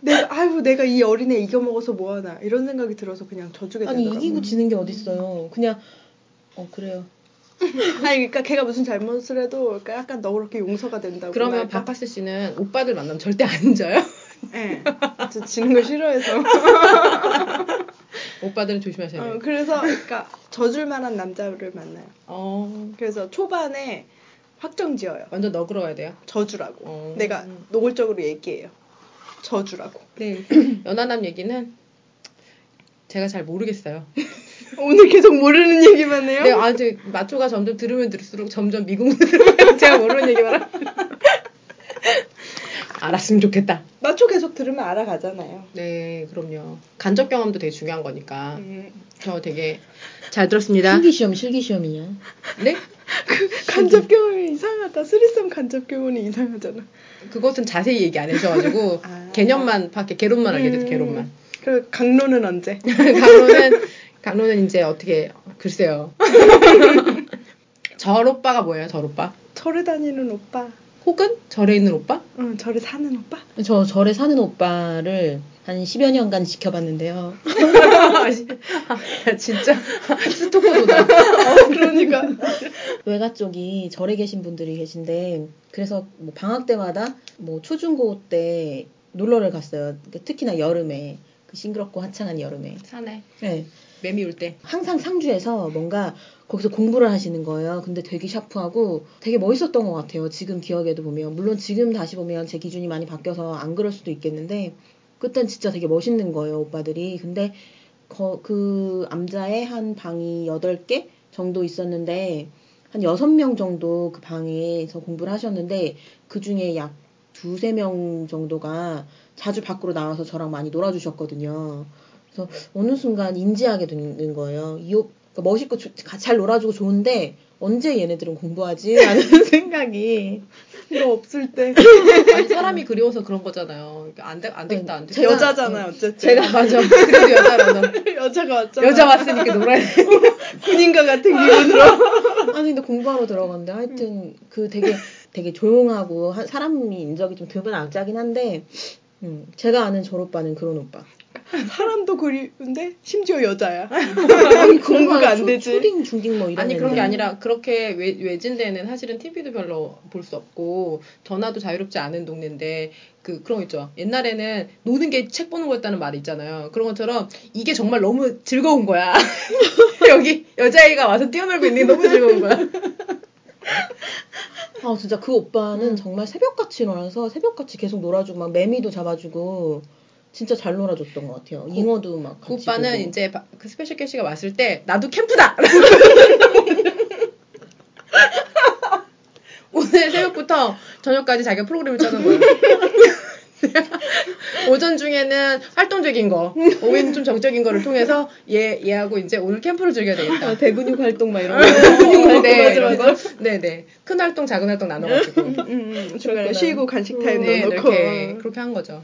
내가 아유 내가 이 어린애 이겨 먹어서 뭐 하나 이런 생각이 들어서 그냥 져주게 아니 되더라고요. 음. 이기고 지는 게 어딨어요. 그냥 어 그래요. 아니 그러니까 걔가 무슨 잘못을 해도 그러니까 약간 너그럽게 용서가 된다고. 그러면 바 박카스 씨는 오빠들 만나면 절대 안 져요? 예. 저 지는 걸 싫어해서. 오빠들은 조심하셔야 어, 돼요. 그래서 그러니까 져줄 만한 남자를 만나요. 어, 그래서 초반에 확정 지어요. 완전 너그러워야 돼요. 져주라고. 어. 내가 노골적으로 얘기해요. 져주라고. 네. 연하남 얘기는 제가 잘 모르겠어요. 오늘 계속 모르는 얘기만 해요? 근데 네, 아직 마초가 점점 들으면 들을수록 점점 미궁무진해요. 제가 모르는 얘기만 하 알았으면 좋겠다. 마초 계속 들으면 알아가잖아요. 네, 그럼요. 간접 경험도 되게 중요한 거니까. 음. 저 되게 잘 들었습니다. 실기시험 실기시험이야. 네? 음. 간접 경험이 이상하다. 스리썸 간접 경험이 이상하잖아. 그것은 자세히 얘기 안 해주셔가지고 아. 개념만 밖에 개론만 알게 돼서 음. 개론만. 그 강론은 언제? 강로는 강로는 이제 어떻게 글쎄요. 절 오빠가 뭐예요? 절 오빠? 절에 다니는 오빠. 혹은 절에 있는 오빠? 응, 절에 사는 오빠? 저 절에 사는 오빠를 한 10여 년간 지켜봤는데요. 야, 진짜 스토커도다. 그러니까. 외가 쪽이 절에 계신 분들이 계신데 그래서 뭐 방학 때마다 뭐 초중고 때 놀러를 갔어요. 그 특히나 여름에 그 싱그럽고 화창한 여름에. 산에 네. 매미 울 때. 항상 상주에서 뭔가 거기서 공부를 하시는 거예요. 근데 되게 샤프하고 되게 멋있었던 것 같아요. 지금 기억에도 보면. 물론 지금 다시 보면 제 기준이 많이 바뀌어서 안 그럴 수도 있겠는데, 그땐 진짜 되게 멋있는 거예요, 오빠들이. 근데 거- 그 암자의 한 방이 8개 정도 있었는데, 한 6명 정도 그 방에서 공부를 하셨는데, 그 중에 약 두세 명 정도가 자주 밖으로 나와서 저랑 많이 놀아주셨거든요. 그래서 어느 순간 인지하게 되는 거예요. 이 오- 그러니까 멋있고 조- 잘 놀아주고 좋은데 언제 얘네들은 공부하지? 라는 생각이 이거 없을 때. 아니 사람이 그리워서 그런 거잖아요. 그러니까 안되안 되겠다 안 되겠다. 제가- 음. 여자잖아요, 어쨌든. 제가 맞아. 그래도 여자라서 여자가 왔잖아. 여자 왔으니까 놀아야 돼. 아, 군인과 같은 기분으로. 아니 근데 공부하러 들어갔는데 하여튼 그 되게 되게 조용하고 한- 사람이 인적이 좀 드문 악자긴 한데 음, 제가 아는 저 오빠는 그런 오빠. 사람도 그리운데 심지어 여자야. 아니 공부가 안 되지. 초딩 중딩 뭐 이런 아니 그런 게 애들. 아니라 그렇게 외, 외진데는 사실은 TV도 별로 볼 수 없고 전화도 자유롭지 않은 동네인데 그 그런 거 있죠. 옛날에는 노는 게 책 보는 거였다는 말이 있잖아요. 그런 것처럼 이게 정말 너무 즐거운 거야. 여기 여자아이가 와서 뛰어놀고 있는 게 너무 즐거운 거야. 아 진짜 그 오빠는 음. 정말 새벽같이 일어나서 새벽같이 계속 놀아주고 막 매미도 잡아주고 진짜 잘 놀아줬던 것 같아요. 잉어도 막 그 같이 오빠는 보고. 이제 바- 그 스페셜 캐시가 왔을 때 나도 캠프다. 오늘 새벽부터 저녁까지 자기가 프로그램을 짜는 거예요. 오전 중에는 활동적인 거, 오후에는 좀 정적인 거를 통해서 얘 얘하고 이제 오늘 캠프를 즐겨야 되겠다. 아, 대근육 활동 막 이런 어, 네, 맞아, 이런 맞아. 거. 네, 네. 큰 활동, 작은 활동 나눠가지고. 음, 중간에 그렇구나. 쉬고 간식 네, 타임 음, 넣어놓고. 음. 이렇게 그렇게 한 거죠.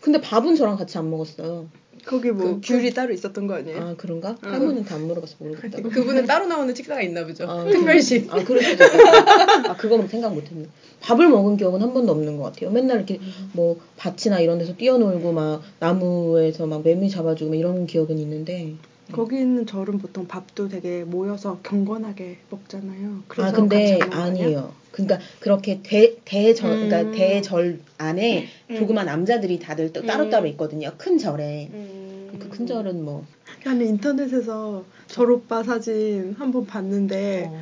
근데 밥은 저랑 같이 안 먹었어요. 거기 뭐 어. 그- 귤이 따로 있었던 거 아니에요? 아 그런가? 할머니한테 안 물어봐서 모르겠다. 그렇죠. 그분은 따로 나오는 식사가 있나 보죠. 아, 특별식. 아 그럴 수도 있겠다. 아 그건 생각 못했네. 밥을 먹은 기억은 한 번도 없는 것 같아요. 맨날 이렇게 음. 뭐 밭이나 이런 데서 뛰어놀고 막 나무에서 막 매미 잡아주고 막 이런 기억은 있는데. 거기 있는 절은 보통 밥도 되게 모여서 경건하게 먹잖아요. 그래서 아 근데 같이 먹는 거 아니에요. 그러니까 그렇게 대 대절 음. 그러니까 대절 안에 음. 조그만 남자들이 다들 또 따로따로 있거든요. 큰 절에. 음. 그 큰 절은 뭐 아니 인터넷에서 절 오빠 사진 한 번 네. 봤는데 어.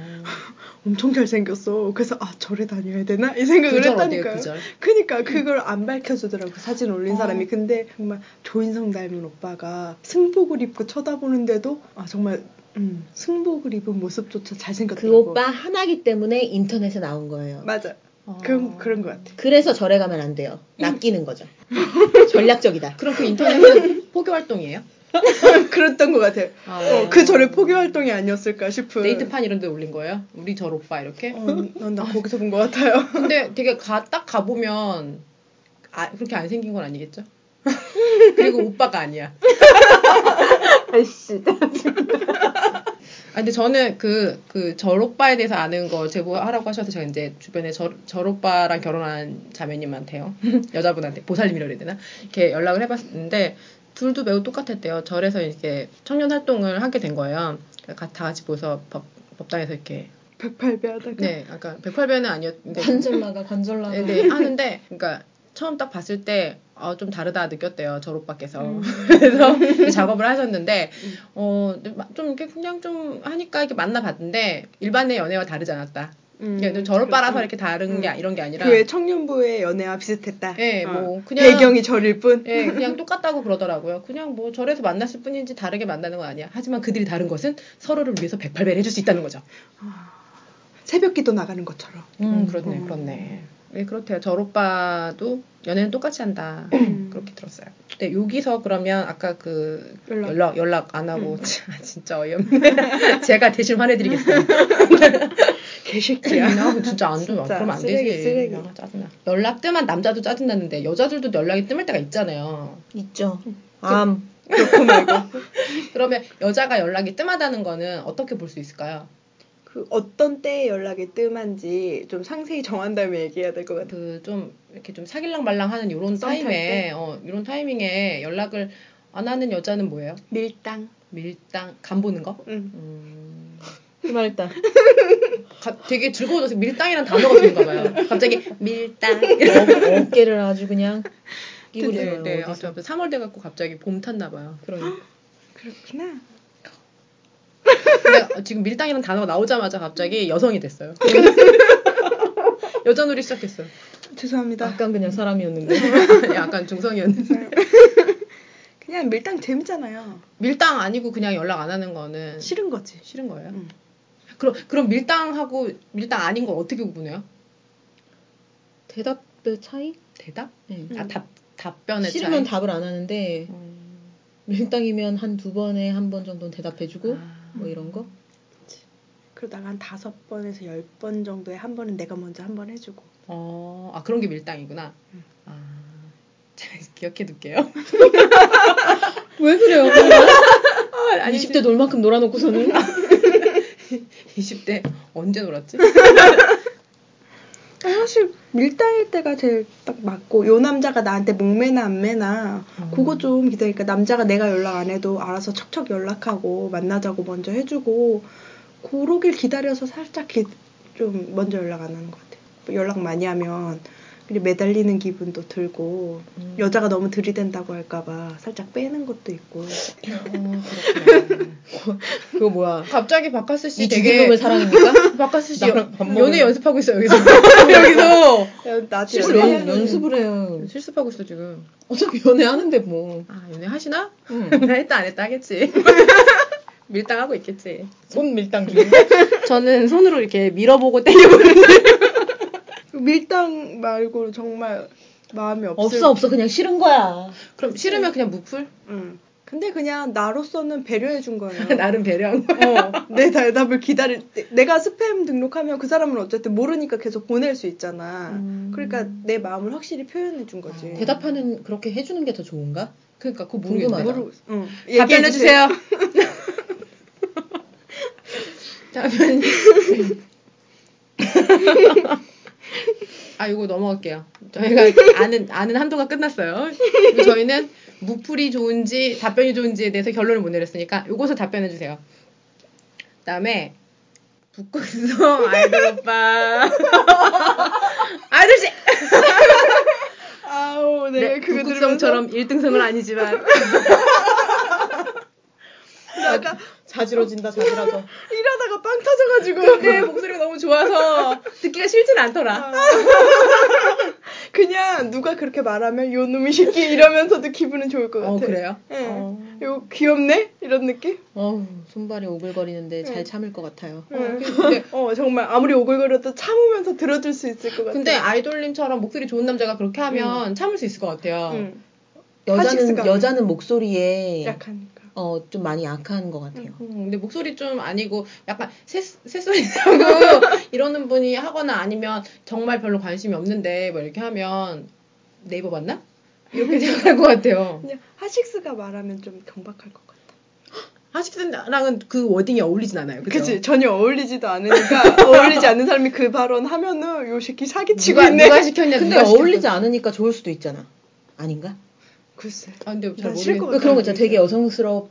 엄청 잘생겼어. 그래서 아 절에 다녀야 되나 이 생각을 그절 어디에요, 했다니까요. 그절? 그니까 그걸 안 밝혀주더라고 사진 올린 어. 사람이. 근데 정말 조인성 닮은 오빠가 승복을 입고 쳐다보는데도 아 정말 음, 승복을 입은 모습조차 그 잘생겼더라고. 오빠 하나기 때문에 인터넷에 나온 거예요. 맞아. 어. 그런 그런 것 같아. 그래서 절에 가면 안 돼요. 음. 낚이는 거죠. 전략적이다. 그럼 그 인터넷은 포교 활동이에요? 그랬던 것 같아. 어, 그 절의 포교 활동이 아니었을까 싶은. 데이트판 이런 데 올린 거예요? 우리 절 오빠 이렇게? 네. 어, 난나 거기서 본 것 같아요. 근데 되게 가, 딱 가보면 아, 그렇게 안 생긴 건 아니겠죠? 그리고 오빠가 아니야. 아이씨. 아, 근데 저는 그, 그, 절 오빠에 대해서 아는 거 제보하라고 하셔서 제가 이제 주변에 절, 절 오빠랑 결혼한 자매님한테요. 여자분한테, 보살님이라 그래야 되나? 이렇게 연락을 해봤는데, 둘도 매우 똑같았대요. 절에서 이렇게 청년 활동을 하게 된 거예요. 그러니까 다 같이 모여서 법, 법당에서 이렇게. 108배 하다가. 네, 아까 108배는 아니었는데. 관절나가 관절나가. 네, 네, 하는데 그러니까 처음 딱 봤을 때 아, 좀 다르다 느꼈대요 저 오빠께서 음. 그래서 이제 작업을 하셨는데 어, 어좀 이렇게 그냥 좀 하니까 이렇게 만나봤는데 일반의 연애와 다르지 않았다 음, 그냥 저를 빨아서 그렇구나. 음. 이렇게 다른 게 이런 게 아니라 그의 청년부의 연애와 비슷했다. 어. 예, 뭐 그냥- 배경이 저릴 뿐. 예, 그냥 똑같다고 그러더라고요. 그냥 뭐 절에서 만났을 뿐이지 다르게 만나는 건 아니야. 하지만 그들이 다른 것은 서로를 위해서 108배를 해줄 수 있다는 거죠. 새벽기도 나가는 것처럼. 음, 음, 그렇네, 음. 그렇네. 예, 그렇대요. 절 오빠도 연애는 똑같이 한다. 음. 그렇게 들었어요. 근데 여기서 그러면 아까 그 연락. 음. 연락 연락 안 하고 참, 진짜 어이없네. 제가 대신 화내드리겠어요. 개새끼야. 그냥 진짜 안 좋아. 음. 진짜 그러면 안 쓰레기, 되지. 쓰레기. 아, 짜증나. 연락 뜸한 남자도 짜증나는데 여자들도 연락이 뜸할 때가 있잖아요. 있죠. 암. 그러면 여자가 연락이 뜸하다는 거는 어떻게 볼 수 있을까요? 그 어떤 때에 연락이 뜸한지 좀 상세히 정한 다음에 얘기해야 될 것 같아요. 그 좀 이렇게 좀 사귈랑 말랑하는 이런 썸탈 타임에 때? 어, 이런 타이밍에 연락을 안 하는 여자는 뭐예요? 밀당. 밀당 간 보는 거? 응. 음, 그 말했다. 가- 되게 즐거워져서 밀당이란 단어가 드는가 봐요. 갑자기 밀당. 어, 어깨를 아주 그냥 끼고 네, 들어요. 네. 아, 어디서. 저 3월 돼 갖고 갑자기 봄 탔나 봐요. 그럼 그렇구나. 근데 지금 밀당이란 단어가 나오자마자 갑자기 여성이 됐어요. 여자 놀이 시작했어요. 죄송합니다. 아. 약간 그냥 사람이었는데. 약간 중성이었는데. 그냥 밀당 재밌잖아요. 밀당 아니고 그냥 연락 안 하는 거는 싫은 거지. 싫은 거예요? 음. 그럼 그럼 밀당하고 밀당 아닌 건 어떻게 구분해요? 대답의 차이? 대답? 네. 음. 아, 답 답변의 싫으면 차이. 답을 안 하는데 음. 밀당이면 한 두 번에 한 번 정도는 대답해주고 아. 뭐 이런 거. 그러다가 한 다섯 번에서 열 번 정도에 한 번은 내가 먼저 한 번 해주고. 어, 아 그런 게 밀당이구나. 음. 아, 잘 기억해 둘게요. 왜 그래요? 아니, 20대 놀 만큼 놀아놓고서는 20대 언제 놀았지? 사실 밀당일 때가 제일 딱 맞고 요 남자가 나한테 목매나 안매나 음. 그거 좀 기다리니까 남자가 내가 연락 안 해도 알아서 척척 연락하고 만나자고 먼저 해주고 그러길 기다려서 살짝 기- 좀 먼저 연락 안 하는 것 같아요. 뭐 연락 많이 하면 그리고 매달리는 기분도 들고 여자가 너무 들이댄다고 할까봐 살짝 빼는 것도 있고 그거 뭐야? 갑자기 바카스 씨 이 되게 죽은 놈을 사랑입니까? 바카스 씨 나랑 밥 먹으면- 연애 연습하고 있어요 여기서 여기서 나 실수 아, 연, 연습을 해요. 실습하고 있어 지금. 어차피 연애하는데 뭐. 아 연애 하시나? 응. 했다 안 했다 하겠지. 밀당하고 있겠지. 손 밀당 중에. 저는 손으로 이렇게 밀어보고 때려보는. 밀당 말고 정말 마음이 없을 없어 없어 그냥 싫은 거야. 그럼 싫으면 그냥 무풀? 응. 음. 근데 그냥 나로서는 배려해 준 거예요. 나름 배려한 거. 어, 내 대답을 기다릴 때 내가 스팸 등록하면 그 사람은 어쨌든 모르니까 계속 보낼 수 있잖아. 그러니까 내 마음을 확실히 표현해 준 거지. 아, 대답하는 그렇게 해주는 게 더 좋은가? 그러니까 그거 궁금하다. 모르겠네. 모르고 있어. 응. 답변해 주세요. 답변. 아 이거 넘어갈게요. 저희가 아는 아는 한도가 끝났어요. 그리고 저희는 무풀이 좋은지 답변이 좋은지에 대해서 결론을 못 내렸으니까 요것을 답변해 주세요. 그다음에 북극성 아이돌 오빠 아이돌 씨 아우 내가 네, 그거 북극성처럼 1등성은 아니지만 들으면서 나 자지러진다 자지러져. 이러다가 빵 터져가지고 내 네, 목소리가 너무 좋아서 듣기가 싫진 않더라. 그냥 누가 그렇게 말하면 요 놈이 새끼 이러면서도 기분은 좋을 것 같아. 어 그래요? 예. 어. 요 귀엽네 이런 느낌. 어우 손발이 오글거리는데 응. 잘 참을 것 같아요. 응. 근데, 어 정말 아무리 오글거려도 참으면서 들어줄 수 있을 것 같아. 근데 아이돌님처럼 목소리 좋은 남자가 그렇게 음. 하면 참을 수 있을 것 같아요. 응. 여자는 하식스가. 여자는 목소리에 음, 약하니까. 어 좀 많이 약한 것 같아요. 예. 음, 근데 목소리 좀 아니고 약간 새, 새소리 나고 이러는 분이 하거나 아니면 정말 별로 관심이 없는데 뭐 이렇게 하면 네이버 봤나? 이렇게 생각할 것 같아요. 그냥 하식스가 말하면 좀 경박할 것 같아. 하식스랑은 그 워딩이 어울리진 않아요. 그죠? 그치 전혀 어울리지도 않으니까 어울리지 않는 사람이 그 발언 하면은 요 새끼 사기치고 누가, 있네 누가 시켰냐? 근데 누가 시켰어. 어울리지 않으니까 좋을 수도 있잖아. 아닌가? 글쎄 아, 근데 잘 난쉴 모르겠어. 것 왜 그런 거 있잖아. 그러니까. 되게 여성스러운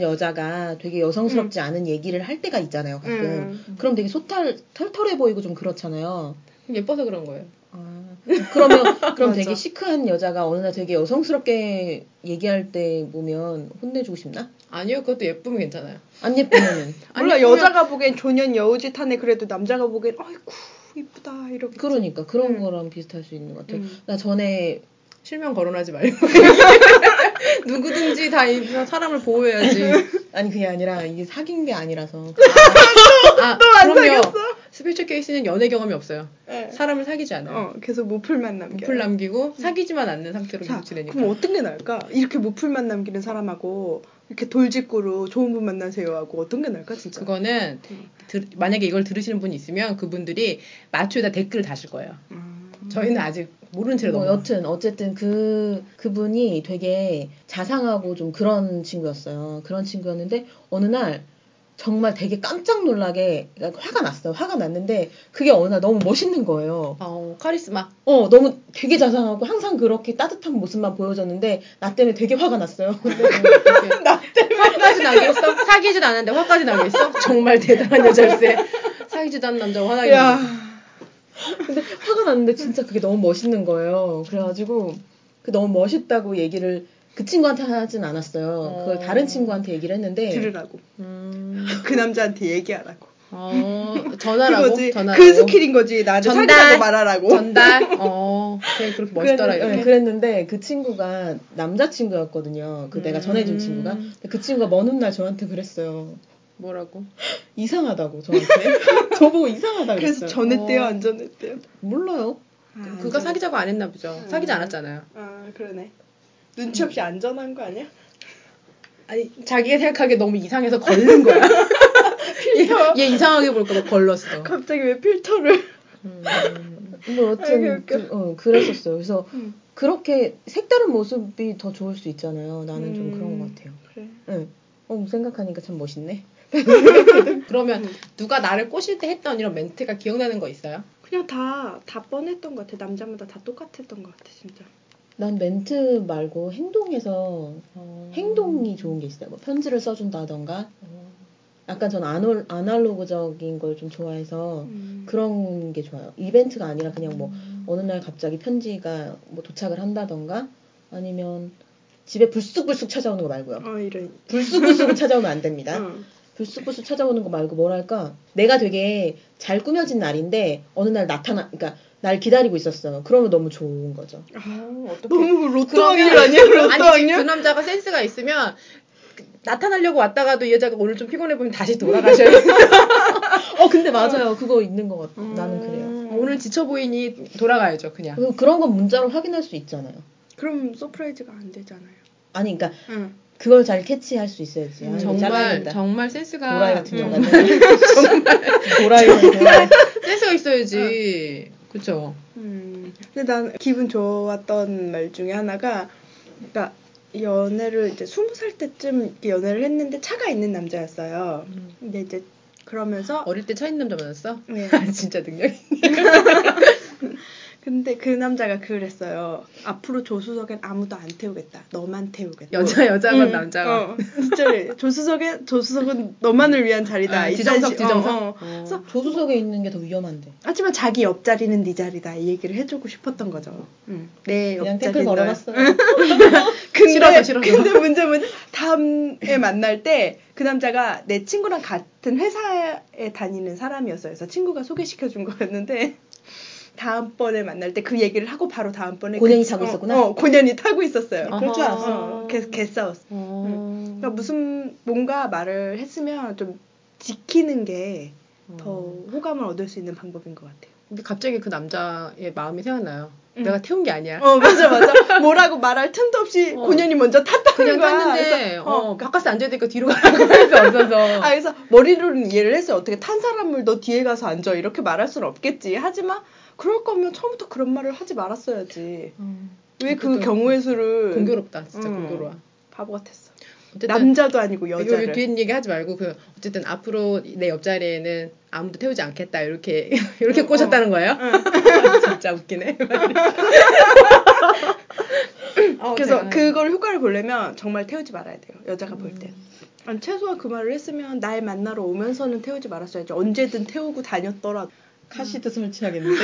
여자가 되게 여성스럽지 않은 얘기를 할 때가 있잖아요. 가끔. 음. 그럼 되게 소탈 털털해 보이고 좀 그렇잖아요. 예뻐서 그런 거예요. 아, 그러면 그럼 되게 맞아. 시크한 여자가 어느 날 되게 여성스럽게 얘기할 때 보면 혼내주고 싶나? 아니요, 그것도 예쁘면 괜찮아요. 안 예쁘면은 아니, 몰라 그냥- 여자가 보기엔 조년 여우짓하네 그래도 남자가 보기엔 아이쿠 이쁘다 이렇게 그러니까 그런 음. 거랑 비슷할 수 있는 것 같아요. 음. 나 전에 실명 거론하지 말고. 누구든지 다 이 사람을 보호해야지. 아니 그게 아니라 이게 사귄 게 아니라서 아, 또안 그럼요. 사귀었어? 스페셜 케이스는 연애 경험이 없어요. 네. 사람을 사귀지 않아요. 어 계속 모풀만 남겨. 무풀 남기고 사귀지만 않는 상태로 자, 유지되니까. 그럼 어떤 게 나을까? 이렇게 무풀만 남기는 사람하고 이렇게 돌직구로 좋은 분 만나세요 하고 어떤 게 나을까 진짜? 그거는 들- 만약에 이걸 들으시는 분이 있으면 그분들이 마초에다 댓글을 다실 거예요. 음. 저희는 아직 모르는 채로 뭐 넘어. 여튼 어쨌든 그 그분이 되게 자상하고 좀 그런 친구였어요. 그런 친구였는데 어느 날 정말 되게 깜짝 놀라게 그러니까 화가 났어요. 화가 났는데 그게 어느 날 너무 멋있는 거예요. 어, 카리스마. 어 너무 되게 자상하고 항상 그렇게 따뜻한 모습만 보여줬는데 나 때문에 되게 화가 났어요. 근데 나 화까지 나게 했어? 사귀진 않았는데 화까지 나게 했어? 정말 대단한 여자일세. 사귀지도 않은 남자가 화나게 야 했어. 근데 화가 났는데 진짜 그게 너무 멋있는 거예요. 그래가지고 그 너무 멋있다고 얘기를 그 친구한테 하진 않았어요. 그걸 어. 다른 친구한테 얘기를 했는데 들으라고 음, 그 남자한테 얘기하라고. 어, 전화라고? 그거지. 전화라고. 그 스킬인거지 나한테 전달. 사귀라고 말하라고. 전달. 어, 되게 그렇게 멋있더라. 그랬, 이렇게. 는데그 친구가 남자친구였거든요. 그 내가 음. 전해준 친구가. 근데 그 친구가 먼 훗날 저한테 그랬어요. 뭐라고? 이상하다고 저한테. 저보고 이상하다고 그래서 그랬어요. 전했대요 어. 아, 안 전했대요? 몰라요. 그가 사귀자고 안 했나 보죠. 사귀지 않았잖아요. 아 그러네. 눈치 없이 안 전한 거 아니야? 아니, 자기가 생각하기에 너무 이상해서 걸린 거야. 얘, 얘 이상하게 볼까 봐 걸렀어. 음. 갑자기 왜 필터를? 뭐 아이고, 여튼 웃겨. 그, 어, 그랬었어요. 그래서 음. 그렇게 색다른 모습이 더 좋을 수 있잖아요. 나는 좀 음. 그런 것 같아요. 그래. 응. 어, 생각하니까 참 멋있네. 그러니까 그러면 누가 나를 꼬실 때 했던 이런 멘트가 기억나는 거 있어요? 그냥 다, 다 뻔했던 것 같아. 남자마다 다 똑같았던 것 같아, 진짜. 난 멘트 말고 행동에서 어. 행동이 좋은 게 있어요. 뭐 편지를 써준다던가 어. 약간 전 아놀, 아날로그적인 걸 좀 좋아해서 음. 어? 그런 게 좋아요. 이벤트가 아니라 그냥 뭐 어느 날 갑자기 편지가 뭐 도착을 한다던가 아니면 집에 불쑥불쑥 찾아오는 거 말고요. 어, 이런. 불쑥불쑥 찾아오면 안 됩니다. 어. 불쑥불쑥 찾아오는 거 말고 뭐랄까 내가 되게 잘 꾸며진 날인데 어느 날 나타나 그러니까 날 기다리고 있었어. 그러면 너무 좋은 거죠. 아. 너무 로또 그러면- 확률 아니야? 아니 로또 그 확률? 남자가 센스가 있으면 그- 나타나려고 왔다가도 이 여자가 오늘 좀 피곤해 보면 다시 돌아가셔야 돼. 어 근데 맞아요. 그거 있는 것 같아. 어. 나는 그래요. 음. 오늘 지쳐 보이니 돌아가야죠 그냥. 그- 그런 건 문자로 확인할 수 있잖아요. 그럼 서프라이즈가 안 되잖아요. 아니 그러니까 응. 그걸 잘 캐치할 수 있어야지. 음, 아, 이거 정말 잘라낸다. 정말 센스가 도라이 같은 음, 여자는 도라이 도라이 센스가 있어야지. 그쵸. 음. 근데 난 기분 좋았던 말 중에 하나가, 그러니까 연애를 이제 스무 살 때쯤 이렇게 연애를 했는데 차가 있는 남자였어요. 음. 근데 이제 그러면서 어릴 때 차인 남자 만났어? 네. 진짜 능력이. 근데 그 남자가 그랬어요. 앞으로 조수석엔 아무도 안 태우겠다. 너만 태우겠다. 여자 여자만 응, 남자만. 어, 진짜래. 조수석에 조수석은 너만을 위한 자리다. 아, 이 지정석 자식- 지정석. 어, 어. 어. 그래서 조수석에 있는 게 더 위험한데. 하지만 자기 옆자리는 네 자리다 이 얘기를 해주고 싶었던 거죠. 음. 응. 네, 내 그냥 옆자리는. 댓글 걸어봤어요. 근데 싫어서 싫어서. 근데 문제 뭐냐? 다음에 만날 때 그 남자가 내 친구랑 같은 회사에 다니는 사람이었어요. 그래서 친구가 소개시켜 준 거였는데. 다음번에 만날 때 그 얘기를 하고 바로 다음번에 고년이 그- 타고 어, 있었구나? 어, 고년이 타고 있었어요. 아하. 그럴 줄 알았어. 어, 걔, 걔 싸웠어. 어. 그러니까 무슨 뭔가 말을 했으면 좀 지키는 게 더 어. 호감을 얻을 수 있는 방법인 것 같아요. 근데 갑자기 그 남자의 마음이 생각나요. 응. 내가 태운 게 아니야. 어 맞아 맞아 뭐라고 말할 틈도 없이 어. 고년이 먼저 탔다는 그냥 거야. 탔는데 그러니까. 그래서, 어, 바깥에 앉아야 되니까 뒤로 가라고 할 수 없어서 아 그래서 머리로는 이해를 했어요. 어떻게 탄 사람을 너 뒤에 가서 앉아 이렇게 말할 수는 없겠지. 하지만 그럴 거면 처음부터 그런 말을 하지 말았어야지. 왜 그 음. 그것도 경우의 수를 공교롭다 진짜 음. 공교로워 바보 같았어. 어쨌든 남자도 아니고 여자를. 여기 뒤에 얘기 하지 말고 그 어쨌든 앞으로 내 옆자리에는 아무도 태우지 않겠다 이렇게 이렇게 어, 꽂았다는 거예요 진짜 웃기네 어, 그래서 제가- 그걸 효과를 보려면 정말 태우지 말아야 돼요. 여자가 볼 아, 때. 음. 아니 최소한 그 말을 했으면 날 만나러 오면서는 태우지 말았어야지. 언제든 태우고 다녔더라. 카시트 술 취하겠는데.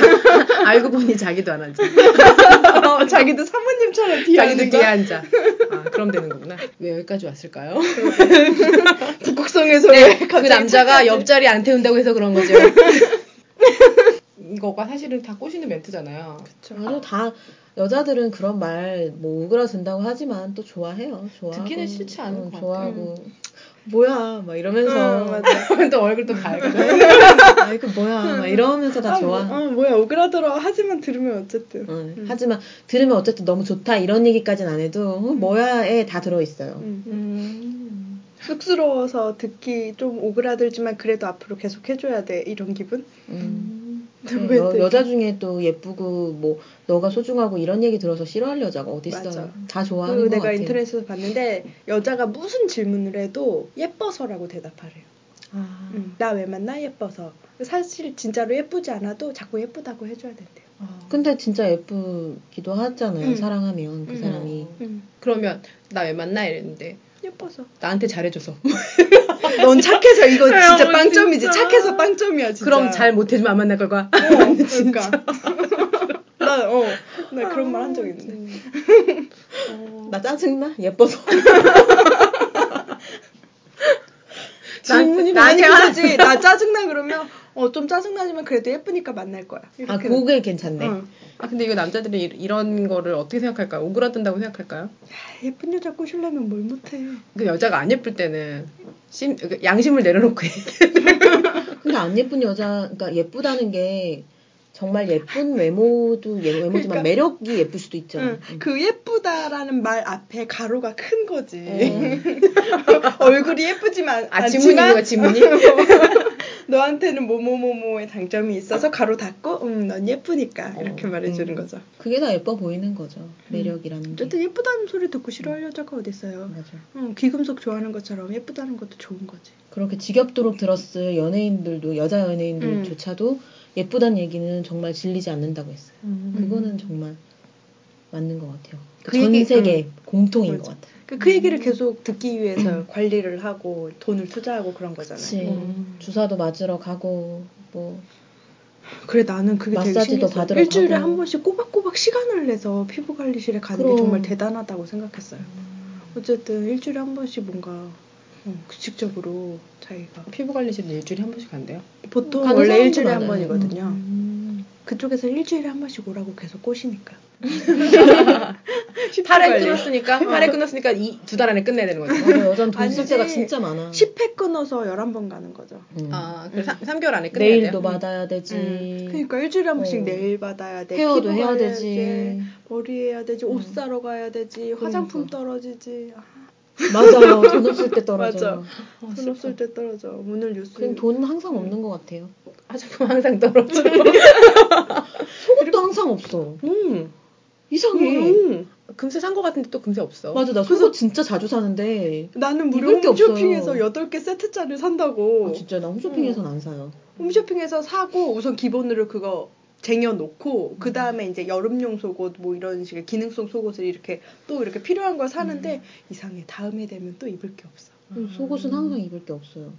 알고 보니 자기도 안 앉아. 어, 자기도 사모님처럼 뒤에 자기도 앉는 뒤에 거야. 앉아. 아, 그럼 되는 거구나. 그 왜 여기까지 왔을까요? 북극성에서 네, 그 남자가 옆자리 안 태운다고 해서 그런 거죠. 이거가 사실은 다 꼬시는 멘트잖아요. 아주 다 여자들은 그런 말 뭐 우그라든다고 하지만 또 좋아해요. 좋아하고, 듣기는 싫지 않은 것 같아요. 음. 좋아하고 뭐야 막 이러면서 응, 맞아. 그렇죠? 또 얼굴도 밝고. 아이 그 뭐야 막 이러면서 다 아, 좋아. 뭐, 어, 음. 뭐야 오그라들어 하지만 들으면 어쨌든. 응. 하지만 들으면 어쨌든 너무 좋다 이런 얘기까진 안 해도 어, 뭐야에 다 들어 있어요. 음. 쑥스러워서 듣기 좀 오그라들지만 그래도 앞으로 계속 해줘야 돼 이런 기분? 왜 음. 여, 또- 그 여자 중에 또 예쁘고 뭐 너가 소중하고 이런 얘기 들어서 싫어할 여자가 어디 있어요? 맞아. 다 좋아하는 그리고 것 내가 같아요. 인터넷에서 봤는데 여자가 무슨 질문을 해도 예뻐서라고 대답하래요. 음, 아, 음. 나 왜 만나 예뻐서. 사실 진짜로 예쁘지 않아도 자꾸 예쁘다고 해줘야 된대요. 아. 근데 진짜 예쁘기도 하잖아요. 음. 사랑하면 그 음. 사람이 그러면 나 왜 만나 이랬는데 예뻐서. 나한테 잘해줘서 넌 착해서 이거 진짜 어머, 빵점이지. 뭐 진짜. 착해서 빵점이야 진짜. 그럼 잘 못해주면 안 만날 걸까? 어, 그러니까. 나 어. 나 그런 말 한 적 있는데. 아, 어. 음. 나 짜증나 예뻐서 질문이 나- 많이 나한테 아, 그러지. 나 짜증나 그러면 어 좀 짜증나지만 그래도 예쁘니까 만날 거야. 아 이렇게. 어. 그게 괜찮네. 응. 아 근데 이거 남자들이 이- 이런 거를 어떻게 생각할까요? 오그라든다고 생각할까요? 아, 예쁜 여자 꼬시려면 뭘 못해. 그 여자가 안 예쁠 때는 심, 그 양심을 내려놓고 근데 안 예쁜 여자 그러니까 예쁘다는 게 정말 예쁜 외모도 예- 그러니까. 외모지만 매력이 예쁠 수도 있잖아. 음. 응, 그 예쁘다라는 말 앞에 가로가 큰 거지. 어. 얼굴이 예쁘지만 아 지문이구나 않지만 지문이 너한테는 뭐뭐뭐뭐의 장점이 있어서 가로 닫고 음 넌 예쁘니까 이렇게 말해주는 음. 거죠. 그게 다 예뻐 보이는 거죠. 매력이라는 게. 음. 어쨌든 예쁘다는 소리 듣고 싫어할 여자가 어딨어요. 맞아. 응, 귀금속 좋아하는 것처럼 예쁘다는 것도 좋은 거지. 그렇게 지겹도록 들었을 연예인들도 여자 연예인들조차도 음. 예쁘단 얘기는 정말 질리지 않는다고 했어요. 음, 음. 그거는 정말 맞는 것 같아요. 그 전 얘기- 세계 공통인 맞아. 것 같아요. 그, 그 얘기를 음. 계속 듣기 위해서 관리를 하고 돈을 투자하고 그런 거잖아요. 그치. 음. 주사도 맞으러 가고 뭐 그래 나는 그게 되게 마사지도 신기했어. 받으러 일주일에 가고. 한 번씩 꼬박꼬박 시간을 내서 피부 관리실에 가는 그럼. 게 정말 대단하다고 생각했어요. 어쨌든 일주일에 한 번씩 뭔가 음, 규칙적으로 자기가 피부 관리실 일주일에 한 번씩 간대요. 보통 가는 원래 사람도 일주일에 한 많아요. 음, 번이거든요. 그쪽에서 일주일에 한 번씩 오라고 계속 꼬시니까. 팔에 관리. 끊었으니까 팔에 끊었으니까 이 두 달 안에 끝내야 되는 거죠. 맞아, 여자는 돈 쓸 아니지. 때가 진짜 많아. 10회 끊어서 11번 가는 거죠. 음. 아, 그 3, 개월 안에 끝내야 돼요. 음. 내일도 받아야 되지. 그러니까 일주일에 한 번씩 네. 어. 내일 받아야 돼. 헤어도 네, 피부 해야 관리해야 되지. 돼, 머리 해야 되지. 옷 사러 가야 되지. 화장품 음. 그러니까. 떨어지지. 아, 맞아요. 돈 없을 때 떨어져. 맞아. 음. 돈 없을 때 떨어져. 오늘 뉴스. 그냥 돈 항상 없는 것 같아요. 화장품 항상 떨어져. 속옷도 항상 없어. 음. 네. 이상해. 금세 산 거 같은데 또 금세 없어. 맞아 나 속옷 진짜 자주 사는데 나는 무료 입을 게 없어요. 홈쇼핑에서 8개 세트짜리 산다고. 아, 진짜 나 홈쇼핑에서는 안 사요. 홈쇼핑에서 사고 우선 기본으로 그거 쟁여놓고 그 다음에 이제 여름용 속옷 뭐 이런 식의 기능성 속옷을 이렇게 또 이렇게 필요한 걸 사는데 음. 이상해 다음에 되면 또 입을 게 없어 음. 속옷은 항상 입을 게 없어요.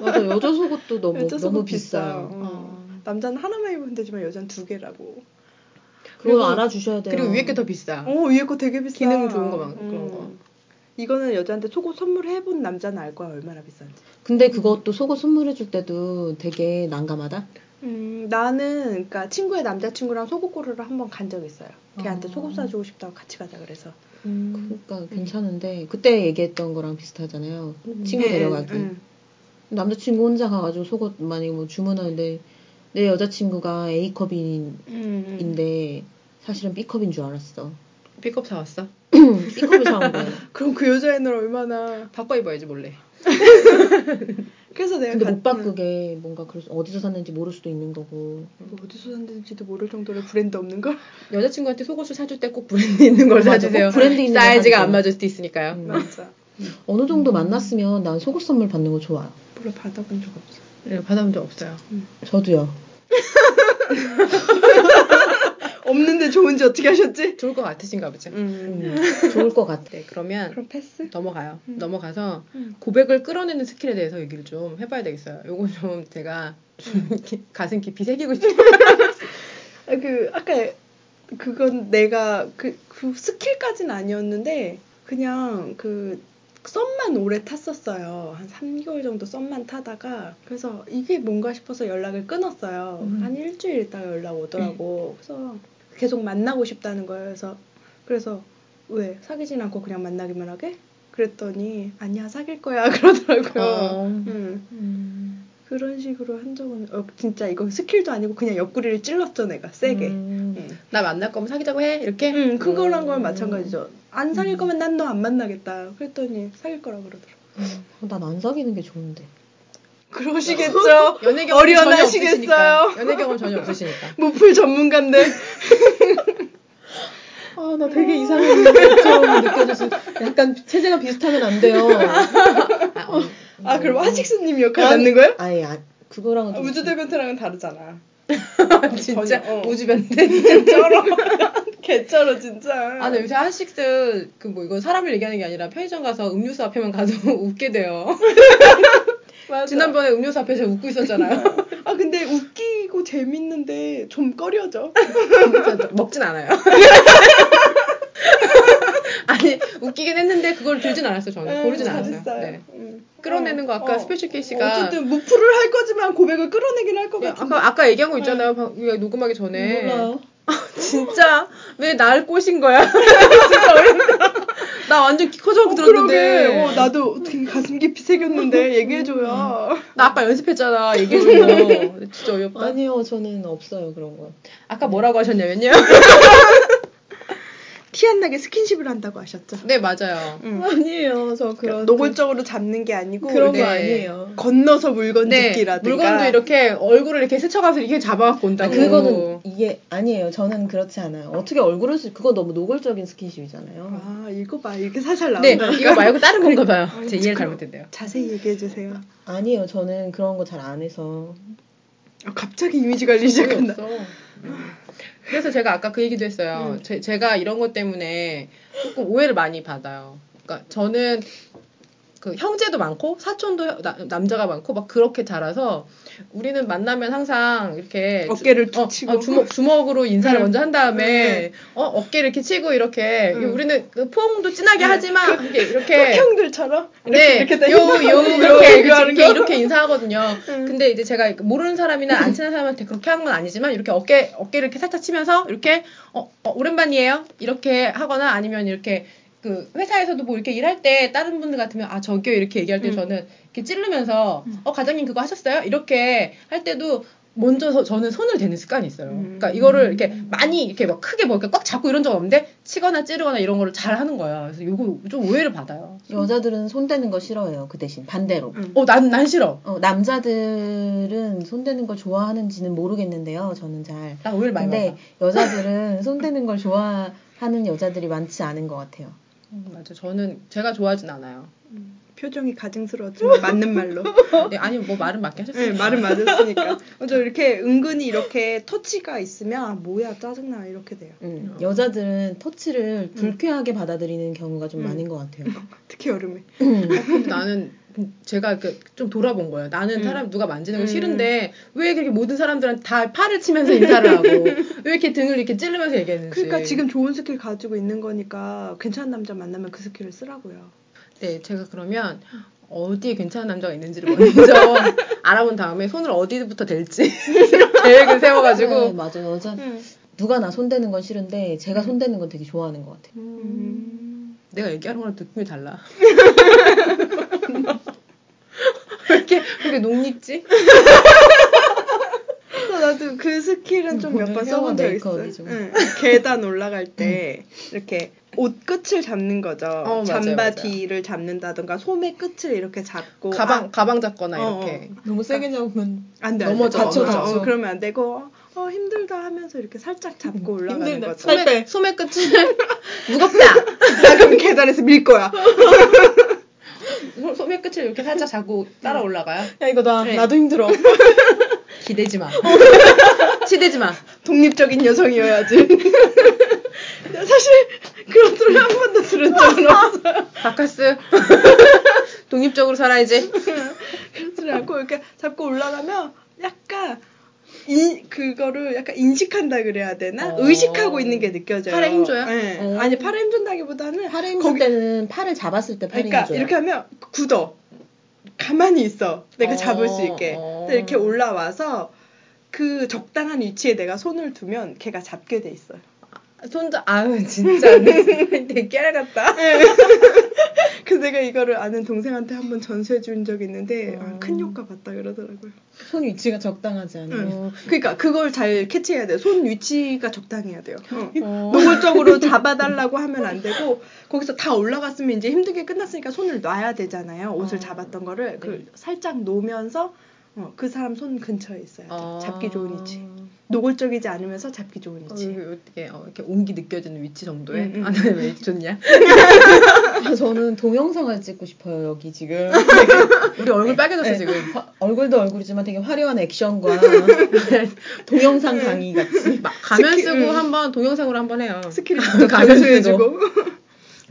맞아 여자 속옷도 너무 여자 속옷 너무 비싸요. 비싸요. 어. 어. 남자는 하나만 입으면 되지만 여자는 두 개라고 그걸 그리고- 알아주셔야 돼요. 그리고 위에 게 더 비싸. 어 위에 거 되게 비싸 음. 기능 좋은 거만 그런 거. 이거는 여자한테 속옷 선물해본 남자는 알 거야 얼마나 비싼지 근데 그것도 속옷 선물해줄 때도 되게 난감하다. 음, 나는 그러니까 친구의 남자친구랑 속옷 고르러 한 번 간 적 있어요 걔한테 아. 속옷 사주고 싶다고 같이 가자 그래서 음. 그러니까 괜찮은데 그때 얘기했던 거랑 비슷하잖아요. 친구 뭐. 예, 데려가기. 음. 남자친구 혼자 가가지고 속옷 많이 뭐 주문하는데 내 여자친구가 A 컵인인데 음, 음. 사실은 B 컵인 줄 알았어. 픽업 사왔어? B 컵을 사온 거예요. 그럼 그 여자애는 얼마나 바꿔 입어야지 몰래. 그래서 내가 근데 갔- 못 바꾸게 뭔가 그래서 어디서 샀는지 모를 수도 있는 거고 뭐 어디서 샀는지도 모를 정도로 브랜드 없는 걸 여자친구한테 속옷을 사줄 때 꼭 브랜드 있는 걸 맞아, 사주세요. 꼭 브랜드 있는 걸 사이즈가 사줘. 안 맞을 수도 있으니까요. 음. 맞아 어느 음. 정도 만났으면 난 속옷 선물 받는 거 좋아요. 별로 받아본 적 없어 네, 받아본 적 없어요. 저도요. 없는데 좋은지 어떻게 하셨지? 좋을 것 같으신가 보죠. 음. 좋을 것 같아. 네, 그러면 그럼 패스? 넘어가요. 음. 넘어가서 음. 고백을 끌어내는 스킬에 대해서 얘기를 좀 해봐야 되겠어요. 요거 좀 제가 음. 가슴 깊이 새기고 있어요. 아, 그 아까 그건 내가 그, 그 스킬까지는 아니었는데 그냥 그 썸만 오래 탔었어요. 한 3개월 정도 썸만 타다가 그래서 이게 뭔가 싶어서 연락을 끊었어요. 음. 한 일주일 있다가 연락 오더라고. 그래서 계속 만나고 싶다는 거예요. 그래서 그래서 왜 사귀진 않고 그냥 만나기만 하게? 그랬더니 아니야 사귈 거야 그러더라고요. 어. 음. 그런 식으로 한 적은 어, 진짜 이거 스킬도 아니고 그냥 옆구리를 찔렀죠 내가 세게. 음. 음. 나 만날 거면 사귀자고 해 이렇게. 음, 그거랑 건 마찬가지죠. 안 사귈 거면 난 너 안 만나겠다. 그랬더니 사귈 거라 그러더라고. 어, 난 안 사귀는 게 좋은데. 그러시겠죠. 연애 경험 전혀 어련하시겠어요? 없으시니까. 연애 경험 전혀 없으시니까. 무풀 뭐, 전문가인데. 아, 나 되게 이상한 것처럼 느껴져서 약간 체제가 비슷하면 안 돼요. 아, 어. 아, 그럼 하식스님 역할 맡는 거예요? 아예 안, 그거랑은 아, 좀 우주대변태랑은 다르잖아. 진짜 전혀, 어. 우주변대. 쩔어. 네. 개쩔어, 진짜. 아, 나 요새 한식스 그 뭐 이거 사람을 얘기하는 게 아니라 편의점 가서 음료수 앞에만 가서 웃게 돼요. 맞아. 지난번에 음료수 앞에서 웃고 있었잖아요. 아, 근데 웃기고 재밌는데 좀 꺼려져. 진짜 먹진 않아요. 아니 웃기긴 했는데 그걸 들진 않았어요. 아, 음, 저는 고르진 않았어요. 네. 끌어내는 거 아까 스페셜 케이스가 어쨌든 무풀을 할 거지만 고백을 끌어내긴 할 것 야, 같은데. 네, 네. 아까 아까 얘기한 거 있잖아요. 방- 우리가 녹음하기 전에 몰라요. 진짜 왜 날 꼬신 거야? 진짜 어이없다. 나 완전 키 어, 커져갖고 그러게. 들었는데 어, 나도 되게 가슴 깊이 새겼는데 얘기해줘요. 나 아까 연습했잖아 얘기해준 거 진짜 어이없다. 아니요, 저는 없어요 그런 거. 아까 뭐라고 하셨냐면요. 티 안 나게 스킨십을 한다고 하셨죠. 네 맞아요. 음. 아니에요, 저 그런 그러니까 노골적으로 잡는 게 아니고 그런 네. 거 아니에요. 건너서 물건 네 뜯기라든가 물건도 이렇게 얼굴을 이렇게 스쳐가서 이렇게 잡아갖고 아, 온다고. 그거는 이게 아니에요. 저는 그렇지 않아요. 어떻게 얼굴을 쓰? 그건 너무 노골적인 스킨십이잖아요. 아 이거 봐 이렇게 살살 네, 나온다. 이거 말고 다른 건가 봐요. 제 이해를 잘못했네요. 자세히 얘기해 주세요. 아니에요, 저는 그런 거 잘 안 해서. 아, 갑자기 이미지 관리 시작한다. 어이없어. 그래서 제가 아까 그 얘기도 했어요. 제, 제가 이런 것 때문에 조금 오해를 많이 받아요. 그러니까 저는 그 형제도 많고 사촌도 혀- 나- 남자가 많고 막 그렇게 자라서 우리는 만나면 항상 이렇게 주- 네, 어깨를 아, 툭 어, 치고 어, 주먹 주먹으로 인사를 응. 먼저 한 다음에 응. 어 어깨 이렇게 치고 이렇게 응. 우리는 그 포옹도 진하게 하지만 이렇게 이렇게 형들처럼 네, 네. 이렇게 요, 딱 요, 이렇게 이렇게, 이렇게 하는 음. 이렇게, 거. 이렇게 인사하거든요. 응. 근데 이제 제가 모르는 사람이나 안 친한 사람한테 그렇게 하는 건 아니지만, 이렇게 어깨, 어깨를 이렇게 살짝 치면서, 이렇게, 어, 어, 오랜만이에요? 이렇게 하거나 아니면 이렇게, 그, 회사에서도 뭐 이렇게 일할 때 다른 분들 같으면, 아, 저기요, 이렇게 얘기할 때 응. 저는 이렇게 찌르면서, 음. 어, 과장님 그거 하셨어요? 이렇게 할 때도, 먼저 서- 저는 손을 대는 습관이 있어요. 음. 그러니까 이거를 이렇게 많이 이렇게 막 크게 뭐 이렇게 꽉 잡고 이런 적 없는데 치거나 찌르거나 이런 거를 잘 하는 거예요. 그래서 요거 좀 오해를 받아요. 여자들은 손대는 거 싫어해요. 그 대신 반대로. 응. 어, 난, 난 싫어. 어, 남자들은 손대는 걸 좋아하는지는 모르겠는데요. 저는 잘. 나 오해를 많이 네. 근데 받아. 여자들은 손대는 걸 좋아하는 여자들이 많지 않은 것 같아요. 음, 맞아. 저는 제가 좋아하진 않아요. 음, 표정이 가증스러웠지만 맞는 말로. 네, 아니, 뭐 말은 맞게 하셨어요. 네, 말은 맞았으니까. 어, 저 이렇게 은근히 이렇게 터치가 있으면 아, 뭐야 짜증나 이렇게 돼요. 음, 여자들은 터치를 불쾌하게 받아들이는 경우가 좀 음. 많은 것 같아요. 특히 여름에. 근데 어, 나는 제가 이렇게 좀 돌아본 거예요. 나는 음. 사람 누가 만지는 걸 음. 싫은데 왜 그렇게 모든 사람들한테 다 팔을 치면서 인사를 하고 왜 이렇게 등을 이렇게 찌르면서 얘기했는지. 그러니까 지금 좋은 스킬 가지고 있는 거니까 괜찮은 남자 만나면 그 스킬을 쓰라고요. 네, 제가 그러면 어디에 괜찮은 남자가 있는지를 먼저 알아본 다음에 손을 어디부터 댈지 계획을 네, 세워가지고 맞아요. 여자 음. 누가 나 손대는 건 싫은데 제가 손대는 건 되게 좋아하는 것 같아요. 음. 내가 얘기하는 거랑 느낌이 달라. 왜 이렇게, 왜 이렇게 녹립지? 그래서 나도 그 음, 스킬은 좀 몇 번 오늘 써본 적 헤어가 있어. 메이크업이죠. 응. 계단 올라갈 때 이렇게 옷 끝을 잡는 거죠. 어, 맞아요, 잠바 맞아요. 뒤를 잡는다던가 소매 끝을 이렇게 잡고 가방, 가방 잡거나 아. 어, 이렇게. 너무 세게 잡으면 아, 안돼 넘어져, 다쳐 넘어져. 어, 그러면 안 되고 어 힘들다 하면서 이렇게 살짝 음, 잡고 올라가는 힘들다. 거죠. 살 그러니까 소매, 소매 끝을 무겁다! 나 그럼 계단에서 밀 거야. 소- 소매 끝을 이렇게 살짝 잡고 음. 따라 올라가요? 야 이거 나 네. 나도 힘들어. 기대지 마. 치대지 마. 독립적인 여성이어야지. 근데 사실 그런 소리 한 번도 들은 적은 없어. 바카스 독립적으로 살아야지. 그런 소리 않고 이렇게 잡고 올라가면 약간 인 그거를 약간 인식한다 그래야 되나? 어. 의식하고 있는 게 느껴져요. 팔에 힘줘요? 네. 어. 아니 팔에 힘준다기보다는 팔에 힘줄 거기- 때는 팔을 잡았을 때 팔이 그러니까 힘줘요. 이렇게 하면 굳어. 가만히 있어. 내가 어, 잡을 수 있게. 어. 근데 이렇게 올라와서 그 적당한 위치에 내가 손을 두면 걔가 잡게 돼 있어요. 손자 아유 진짜 되게 깨알 같다. 예. 그래서 내가 이거를 아는 동생한테 한번 전수해 준 적이 있는데 어. 아, 큰 효과 봤다 그러더라고요. 손 위치가 적당하지 않아요. 어, 응. 그러니까 그걸 잘 캐치해야 돼요. 손 위치가 적당해야 돼요. 응. 어. 노골적으로 잡아달라고 하면 안 되고 거기서 다 올라갔으면 이제 힘들게 끝났으니까 손을 놔야 되잖아요. 옷을 어. 잡았던 거를 그 살짝 놓으면서 어, 그 사람 손 근처에 있어야 돼. 요 잡기 좋은 위치. 노골적이지 않으면서 잡기 좋은 어, 위치. 어떻게 어, 이렇게 온기 느껴지는 위치 정도에 음, 음. 아, 나왜 좋냐? 아, 저는 동영상을 찍고 싶어요 여기 지금. 우리 얼굴 빨개졌어 네. 지금. 화- 얼굴도 얼굴이지만 되게 화려한 액션과 동영상 강의 같이. 막 가면 스키- 쓰고 음. 한번 동영상으로 한번 해요. 스킬을 직접 가면 전수해주고. 아,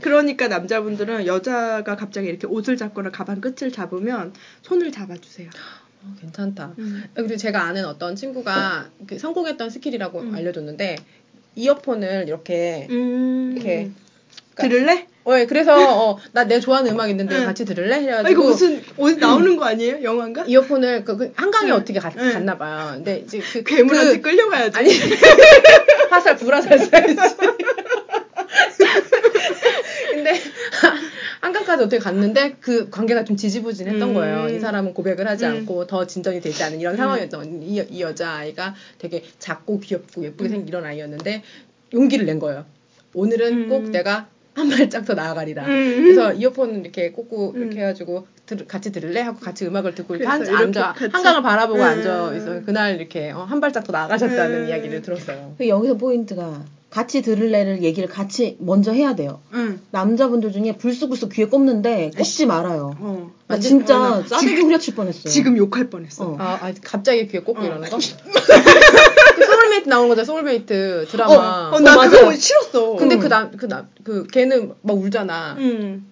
그러니까 남자분들은 여자가 갑자기 이렇게 옷을 잡거나 가방 끝을 잡으면 손을 잡아주세요. 어, 괜찮다. 그리고 제가 아는 어떤 친구가 그 성공했던 스킬이라고 음. 알려줬는데 이어폰을 이렇게 음. 이렇게. 들을래? 어, 예, 그래서 나 내 좋아하는 음악 있는데 응. 같이 들을래? 아, 해가지고 이거 무슨 옷 나오는 거 아니에요? 영화인가? 이어폰을 그- 그 한강에 응. 어떻게 갔, 응. 나 봐요. 근데 이제 그 음. 괴물한테 그 끌려가야지. 아니 화살 불화살 쏴야지. 근데 한강까지 어떻게 갔는데 그 관계가 좀 지지부진했던 음. 거예요. 이 사람은 고백을 하지 음. 않고 더 진전이 되지 않은 이런 상황이었죠. 이, 여- 이 여자아이가 되게 작고 귀엽고 예쁘게 생긴 이런 아이였는데 용기를 낸 거예요. 오늘은 음. 꼭 내가 한 발짝 더 나아가리라. 음. 그래서 이어폰 이렇게 꽂고 음. 이렇게 해가지고 들- 같이 들을래 하고 같이 음악을 듣고 이렇게 그래서 앉아, 이렇게 앉아 같이- 한강을 바라보고 음. 앉아 있어요. 그날 이렇게 어, 한 발짝 더 나아가셨다는 음. 이야기를 들었어요. 그 여기서 포인트가 같이 들을래를 얘기를 같이 먼저 해야 돼요. 응. 남자분들 중에 불쑥불쑥 귀에 꼽는데 꼽지 말아요. 어. 나 완전- 진짜 어, 나 짜증이 후려칠 뻔했어요. 지금 욕할 뻔했어. 어. 아, 아, 갑자기 귀에 꽂고 어. 이러는 거? 그 소울메이트 나온 거죠, 소울메이트 어, 드라마. 어, 나 어, 그거 맞아요. 싫었어. 근데 그 응. 남, 그 남, 그 걔는 막 울잖아. 응.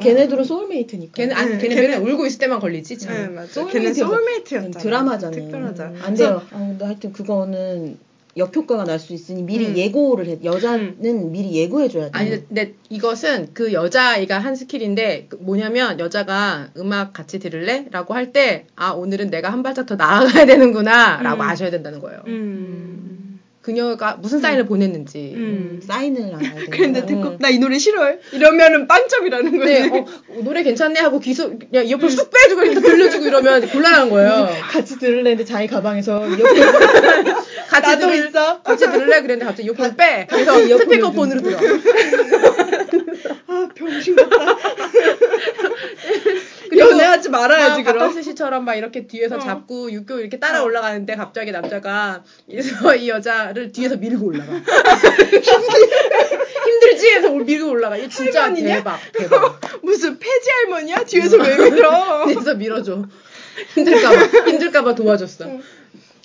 걔네들은 소울메이트니까. 걔는, 아니, 음. 응, 걔는 걔는- 맨날 울고 있을 때만 걸리지, 참. 네, 맞아. 소울메이트였어. 걔는 소울메이트였잖아. 드라마잖아요. 특별하잖아. 안 돼요. 아, 근데 하여튼 그거는 역효과가 날 수 있으니 미리 음. 예고를 해. 여자는 미리 예고해줘야 돼. 아니 근데 이것은 그 여자아이가 한 스킬인데 그 뭐냐면 여자가 음악 같이 들을래? 라고 할 때 아 오늘은 내가 한 발짝 더 나아가야 되는구나 라고 음. 아셔야 된다는 거예요 음. 그녀가 무슨 사인을 보냈는지 음. 사인을 알아야 음. 돼. 음. 그런데 듣고 나 이 노래 싫어해. 이러면은 빵점이라는 거지. 근데 어, 노래 괜찮네 하고 귀소 그냥 음. 이어폰 쑥 빼주고 이렇게 돌려주고 이러면 곤란한 거예요 같이 들을래는데 자기 가방에서 이어폰 같이 나도 들을, 있어. 같이 들을래 그랬는데 갑자기 이어폰 빼 그래서 스피커폰으로 들어 아 병신 같다. 그리고 연애하지 말아야지 막 그럼. 박학수 씨처럼 막 이렇게 뒤에서 어. 잡고 육교 이렇게 따라 올라가는데 갑자기 남자가 음. 그래서 이 여자를 뒤에서 밀고 올라가. 힘들지? 해서 밀고 올라가. 이거 진짜 할머니냐? 대박, 대박. 무슨 폐지 할머니야? 뒤에서 왜 밀어? 뒤에서 밀어줘. 힘들까봐, 힘들까봐 도와줬어.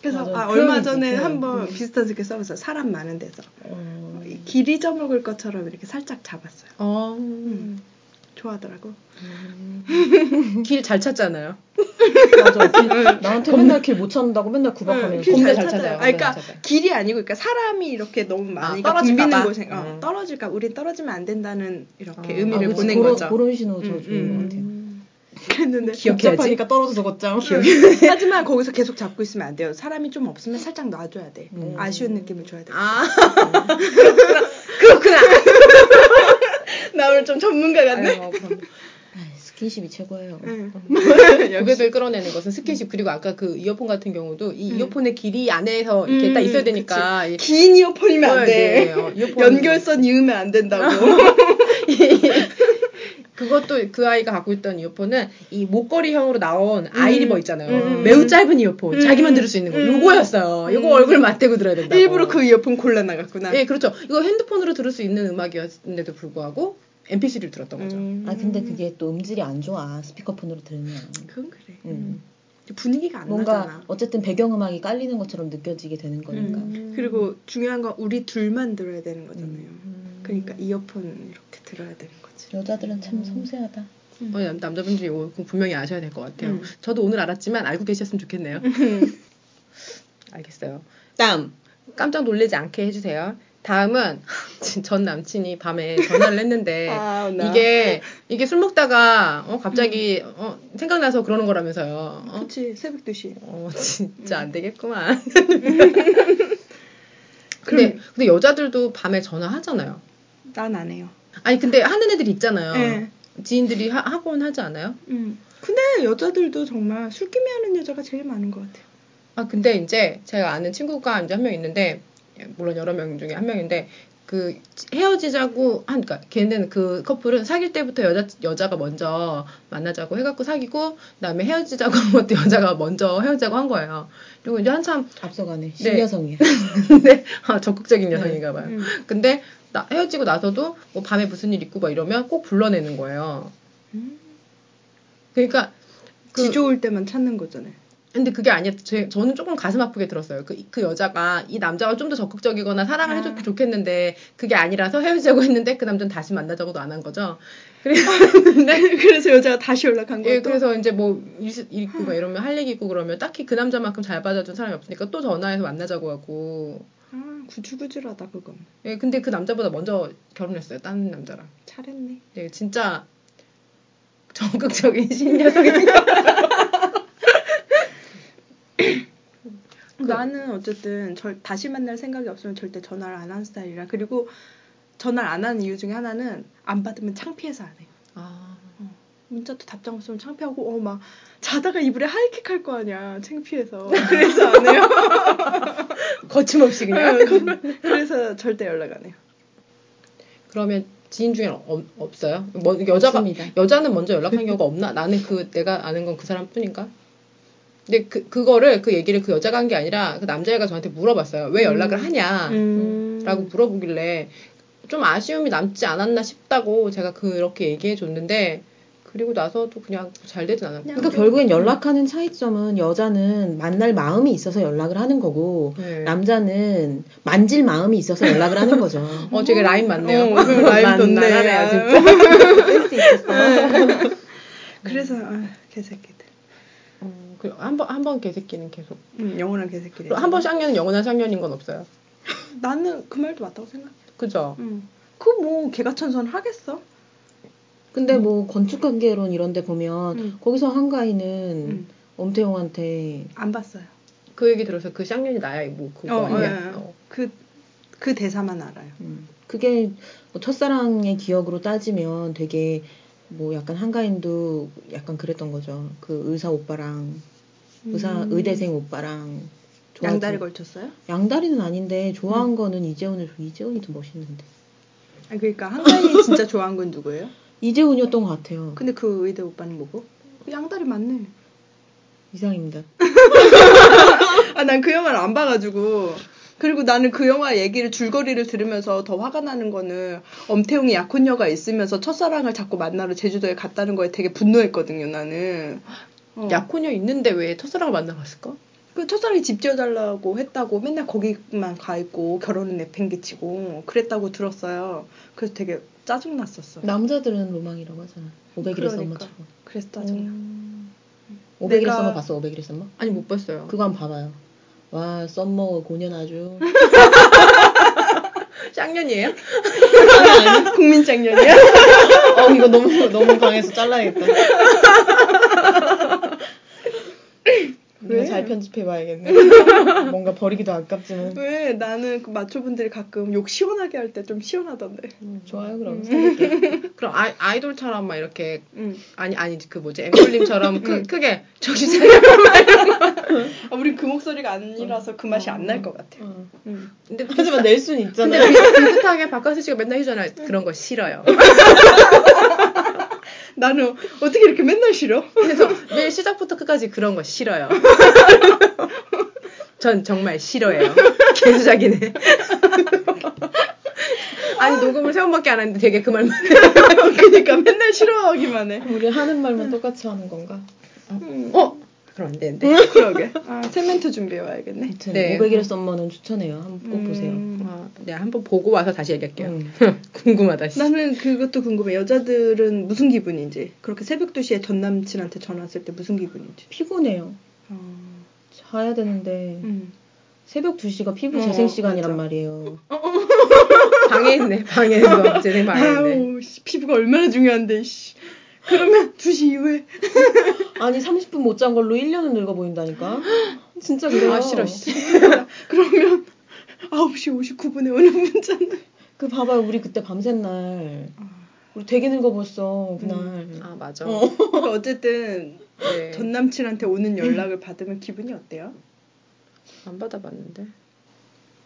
그래서 맞아. 아, 얼마 그런 네. 전에 느낌. 음. 한번 비슷한 스킬 써봤어요. 사람 많은 데서 어, 길이 잊어먹을 것처럼 이렇게 살짝 잡았어요. 어, 좋아하더라고. 길 잘 찾잖아요. 맞아. 나한테 맨날 길 못 찾는다고 맨날 음, 구박하면서. 길- 아, 네. 곰대 잘 찾아요. 아, 그러니까 곰대 잘 찾아요. 아, 길이 아니고, 그러니까 사람이 이렇게 너무 많으니까 떨어질까 붐비는 봐. 곳에 어, 음. 떨어질까, 우린 떨어지면 안 된다는 이렇게 어. 아, 의미를 그치. 보낸 그런- 거죠. 그런 신호 저 음, 좋은 음. 것 같아요. 그랬는데 기억해야지. 복잡하니까 떨어져서 걷자. 음. 하지만 거기서 계속 잡고 있으면 안 돼요. 사람이 좀 없으면 살짝 놔줘야 돼. 아쉬운 느낌을 줘야 돼. 음. 아, 그렇구나. 그렇구나. 나 오늘 좀 전문가 아유, 어, 그럼. 아, 스킨십이 최고예요. 응. 고객을 끌어내는 것은 스킨십 그리고 아까 그 이어폰 같은 경우도 이 이어폰의 길이 안에서 이렇게 음, 딱 있어야 되니까 이- 긴 이어폰이면 안 돼. 어, 네, 어, 이어폰. 아, 연결선 이으면 안 된다고. 그것도 그 아이가 갖고 있던 이어폰은 이 목걸이형으로 나온 아이리버 있잖아요. 음. 매우 짧은 이어폰. 음. 자기만 들을 수 있는 거. 음. 요거였어요. 요거 얼굴 맞대고 들어야 된다. 일부러 그 이어폰 골라 나갔구나. 예, 그렇죠. 이거 핸드폰으로 들을 수 있는 음악이었는데도 불구하고 MP3를 들었던 거죠. 음. 아 근데 그게 또 음질이 안 좋아 스피커폰으로 들으면. 그건 그래. 음. 분위기가 안 뭔가 나잖아. 어쨌든 배경음악이 깔리는 것처럼 느껴지게 되는 거니까. 음. 그리고 중요한 건 우리 둘만 들어야 되는 거잖아요. 음. 그러니까 이어폰 이렇게 들어야 되는 거지. 여자들은 음. 참 섬세하다. 어, 남- 남자분들이 이거 분명히 아셔야 될 것 같아요. 음. 저도 오늘 알았지만 알고 계셨으면 좋겠네요. 알겠어요. 땀. 깜짝 놀라지 않게 해주세요. 다음은 전 남친이 밤에 전화를 했는데 아, 나. 예. 이게 이게 술 먹다가 어, 갑자기 음. 어, 생각나서 그러는 거라면서요. 어? 그치 새벽 2시. 어, 진짜 안 되겠구만. 근데 그럼- 근데 여자들도 밤에 전화하잖아요. 난 안 해요. 아니 근데 하는 애들 있잖아요. 네. 지인들이 하, 하곤 하지 않아요? 음. 근데 여자들도 정말 술김에 하는 여자가 제일 많은 것 같아요. 아 근데 이제 제가 아는 친구가 이제 한 명 있는데 물론 여러 명 중에 한 명인데 그 헤어지자고 한 그러니까 걔는 그 커플은 사귈 때부터 여자 여자가 먼저 만나자고 해갖고 사귀고 그다음에 헤어지자고 한 것도 여자가 먼저 헤어지자고 한 거예요. 그리고 이제 한참 앞서가네. 신여성이야. 그러니까 근데 아, 적극적인 여성인가 봐요. 음. 근데 나, 헤어지고 나서도 뭐 밤에 무슨 일 있고 막 이러면 꼭 불러내는 거예요. 그러니까 그- 음. 지 좋을 때만 찾는 거잖아요. 근데 그게 아니야. 제, 저는 조금 가슴 아프게 들었어요. 그, 그 여자가 이 남자가 좀 더 적극적이거나 사랑을 해줬 아. 좋겠는데 그게 아니라서 헤어지자고 했는데 그 남자는 다시 만나자고도 안 한 거죠. 그래서 여자가 다시 연락한 네. 거예요. 예, 그래서 이제 뭐 일, 일 있고 막 이러면 할 얘기 있고 그러면 딱히 그 남자만큼 잘 받아준 사람이 없으니까 또 전화해서 만나자고 하고. 아 구질구질하다 그건. 예, 근데 그 남자보다 먼저 결혼했어요. 다른 남자랑. 잘했네. 예, 진짜 적극적인 신여성인 것그 나는 어쨌든 절, 다시 만날 생각이 없으면 절대 전화를 안 하는 스타일이라 그리고 전화를 안 하는 이유 중에 하나는 안 받으면 창피해서 안 해요. 아, 문자도 답장 없으면 창피하고 어 막 자다가 이불에 하이킥 할 거 아니야 창피해서 그래서 안 해요. 아. 거침없이 그냥. 그래서 절대 연락 안 해요. 그러면 지인 중에 없, 없어요? 뭐, 여자가 없습니다. 여자는 먼저 연락한 경우가 없나? 나는 그 내가 아는 건 그 사람뿐인가? 근데 그 그거를 그 얘기를 그 여자가 한 게 아니라 그 남자애가 저한테 물어봤어요. 왜 연락을 음. 하냐? 아, 음. 라고 물어보길래 좀 아쉬움이 남지 않았나 싶다고 제가 그렇게 얘기해 줬는데 그리고 나서도 그냥 잘 되진 않았고. 그냥 음. 그러니까 결국엔 연락하는 차이점은 여자는 만날 마음이 있어서 연락을 하는 거고 네. 남자는 만질 마음이 있어서 연락을 하는 거죠. 어, 되게 라인 맞네요. 어, 오늘 라인 좋네. 아. 만나네요, 진짜. 뺄수 있었어. 네. 그래서 아, 개새끼들. 음, 그리고 한번 한 번 개새끼는 계속. 음, 영원한 개새끼들. 네. 그리고 한번 쌍년은 영원한 쌍년인 건 없어요. 나는 그 말도 맞다고 생각해. 그죠? 음. 그뭐 개가 천선 하겠어? 근데 뭐 건축 관계론 이런 데 보면 음. 거기서 한가인은 음. 엄태웅한테 안 봤어요. 그 얘기 들어서 그 쌍년이 나야 뭐 그거 어, 아니야. 네. 예. 어. 그, 그 대사만 알아요. 음, 그게 뭐 첫사랑의 기억으로 따지면 되게 뭐 약간 한가인도 약간 그랬던 거죠. 그 의사 오빠랑 의사 음. 의대생 오빠랑 좋아했던- 양다리 걸쳤어요? 양다리는 아닌데 좋아한 거는 이재훈을 이재훈이 더 멋있는데 아, 그러니까 한가인이 진짜 좋아한 건 누구예요? 이재훈이었던 것 같아요. 근데 그 의대 오빠는 뭐고? 양다리 맞네. 이상입니다. 아, 난 그 영화를 안 봐가지고. 그리고 나는 그 영화 얘기를 줄거리를 들으면서 더 화가 나는 거는 엄태웅이 약혼녀가 있으면서 첫사랑을 자꾸 만나러 제주도에 갔다는 거에 되게 분노했거든요, 나는. 어. 약혼녀 있는데 왜 첫사랑을 만나갔을까? 그 첫사랑이 집 지어달라고 했다고 맨날 거기만 가 있고 결혼은 내팽개치고 그랬다고 들었어요. 그래서 되게 짜증났었어. 남자들은 로망이라고 하잖아. 500일의 그러니까. 썸머처럼. 그래서 짜증나. 500일의 내가- 썸머 봤어? 500일의 썸머? 음. 아니 못 봤어요. 그거 한번 봐봐요. 와 썸머 고년 아주 그 쌍년이에요? 국민 장년이야? 어 이거 너무 너무 강해서 잘라야겠다. 왜? 이거 잘 편집해봐야겠네. 뭔가 버리기도 아깝지만 왜 나는 그 마초분들이 가끔 욕 시원하게 할 때 좀 시원하던데. 음, 좋아요 그럼. 그럼 아, 아이돌처럼 막 이렇게 응. 아니 아니 그 뭐지 앵콜님처럼 음. 크, 크게 저기 잘 아, 우린 그 목소리가 아니라서 그 맛이 안 날 것 같아. 어. 응. 근데 비, 하지만 낼 수는 있잖아. 근데 비, 비슷하게 박하수 씨가 맨날 해주잖아요. 음. 그런 거 싫어요. 나는 어떻게 이렇게 맨날 싫어? 그래서 매일 시작부터 끝까지 그런 거 싫어요. 전 정말 싫어해요. 개수작이네. 아니 녹음을 세 번밖에 안 했는데 되게 그 말만 그러니까 맨날 싫어하기만 해. 음. 우리 하는 말만 똑같이 하는 건가? 응. 어? 그럼 안 되는데. 그러게. 아, 세멘트 준비해 와야겠네. 아무튼 네. 500일의 썸머는 추천해요. 한번 꼭 음. 보세요. 아, 네, 한번 보고 와서 다시 얘기할게요. 음. 궁금하다. 씨. 나는 그것도 궁금해. 여자들은 무슨 기분인지. 그렇게 새벽 2시에 전 남친한테 전화 왔을 때 무슨 기분인지. 피곤해요. 어. 자야 되는데 음. 새벽 2시가 피부 어, 재생 시간이란 맞아. 말이에요. 방해했네. 방해했어. 재생 방해했네. 아우, 씨, 피부가 얼마나 중요한데, 씨. 그러면 2시 이후에. 아니 30분 못 잔 걸로 1년은 늙어 보인다니까. 진짜 그래요. 아 싫어. 씨. 그러면 9시 59분에 오는 문자는. 그 봐봐요. 우리 그때 밤샌 날 우리 되게 늙어 벌써 그날. 음. 아 맞아. 어쨌든, 네. 어. 전 남친한테 오는 연락을 받으면 기분이 어때요? 안 받아봤는데.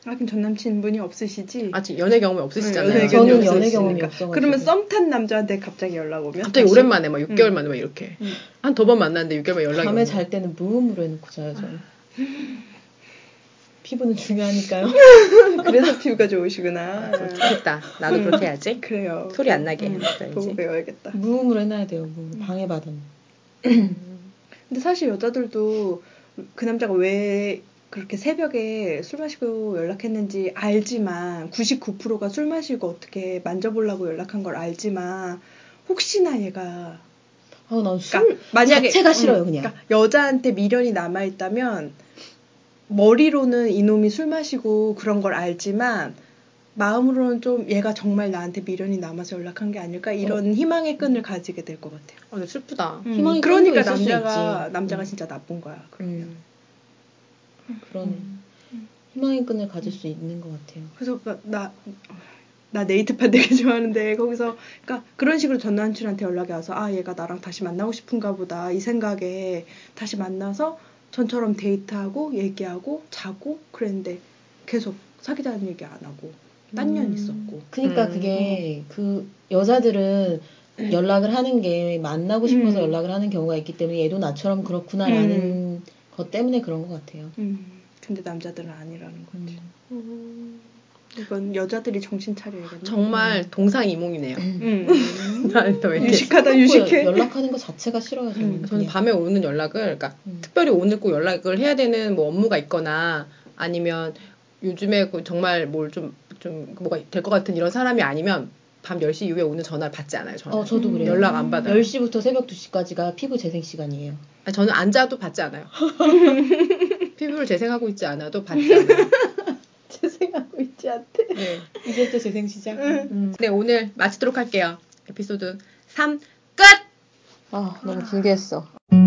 하긴 아, 전 남친분이 없으시지. 네, 아직 연애 경험이 없으시잖아요. 연애 저는 경험이 연애 없으시니까. 경험이 없어가지고. 그러면 썸 탄 남자한테 갑자기 연락 오면 갑자기 다시? 오랜만에 막 6개월 음. 만에 막 이렇게 음. 한 두 번 만났는데 6개월 만에 연락이 밤에 오네. 잘 때는 무음으로 해놓고 자야죠. 피부는 중요하니까요. 그래서 피부가 좋으시구나. 좋겠다. 나도 그렇게 해야지. 그래요. 소리 안 나게 음, 해야지. 보고 배워야겠다. 무음으로 해놔야 돼요. 무음. 방해받은. 근데 사실 여자들도 그 남자가 왜 그렇게 새벽에 술 마시고 연락했는지 알지만 99%가 술 마시고 어떻게 만져보려고 연락한 걸 알지만 혹시나 얘가 아난술 그러니까 만약에 자체가 싫어요 음, 그냥. 그러니까 여자한테 미련이 남아 있다면 머리로는 이놈이 술 마시고 그런 걸 알지만 마음으로는 좀 얘가 정말 나한테 미련이 남아서 연락한 게 아닐까 이런 희망의 끈을 가지게 될 것 같아요. 아, 근데 슬프다. 어. 음, 희망의 그러니까 끈도 있을 수 남자가 있지. 남자가 음. 진짜 나쁜 거야. 그러면. 음. 음. 그러네. 희망의 끈을 가질 수 있는 것 같아요. 그래서 나 나 네이트판 되게 좋아하는데 거기서 그러니까 그런 식으로 전 남친한테 연락이 와서 아 얘가 나랑 다시 만나고 싶은가 보다 이 생각에 다시 만나서 전처럼 데이트하고 얘기하고 자고 그랬는데 계속 사귀자는 얘기 안 하고 딴 년 음. 있었고 그러니까 음. 그게 그 여자들은 연락을 하는 게 만나고 싶어서 음. 연락을 하는 경우가 있기 때문에 얘도 나처럼 그렇구나라는 것 때문에 그런 것 같아요. 음. 음, 근데 남자들은 아니라는 거지 이건 여자들이 정신 차려야겠네 정말 동상이몽이네요. 음. 나또왜 이렇게. 아, 유식하다 유식해 그렇고 연락하는 것 자체가 싫어요 저는. 음, 저는 그냥. 밤에 오는 연락을, 그러니까 음. 특별히 오늘 꼭 연락을 해야 되는 뭐 업무가 있거나 아니면 요즘에 그 정말 뭘 좀 좀 뭐가 될 것 같은 이런 사람이 아니면 밤 10시 이후에 오는 전화를 받지 않아요. 저는. 어 저도 음. 그래요. 연락 안 받아요. 10시부터 새벽 2시까지가 피부 재생 시간이에요. 아, 저는 안 자도 받지 않아요. 피부를 재생하고 있지 않아도 받지 않아요. 재생하고 있지 않대 네. 이제부터 재생 시작. 음. 네, 오늘 마치도록 할게요. 에피소드 3 끝! 아 너무 길게 했어. 음.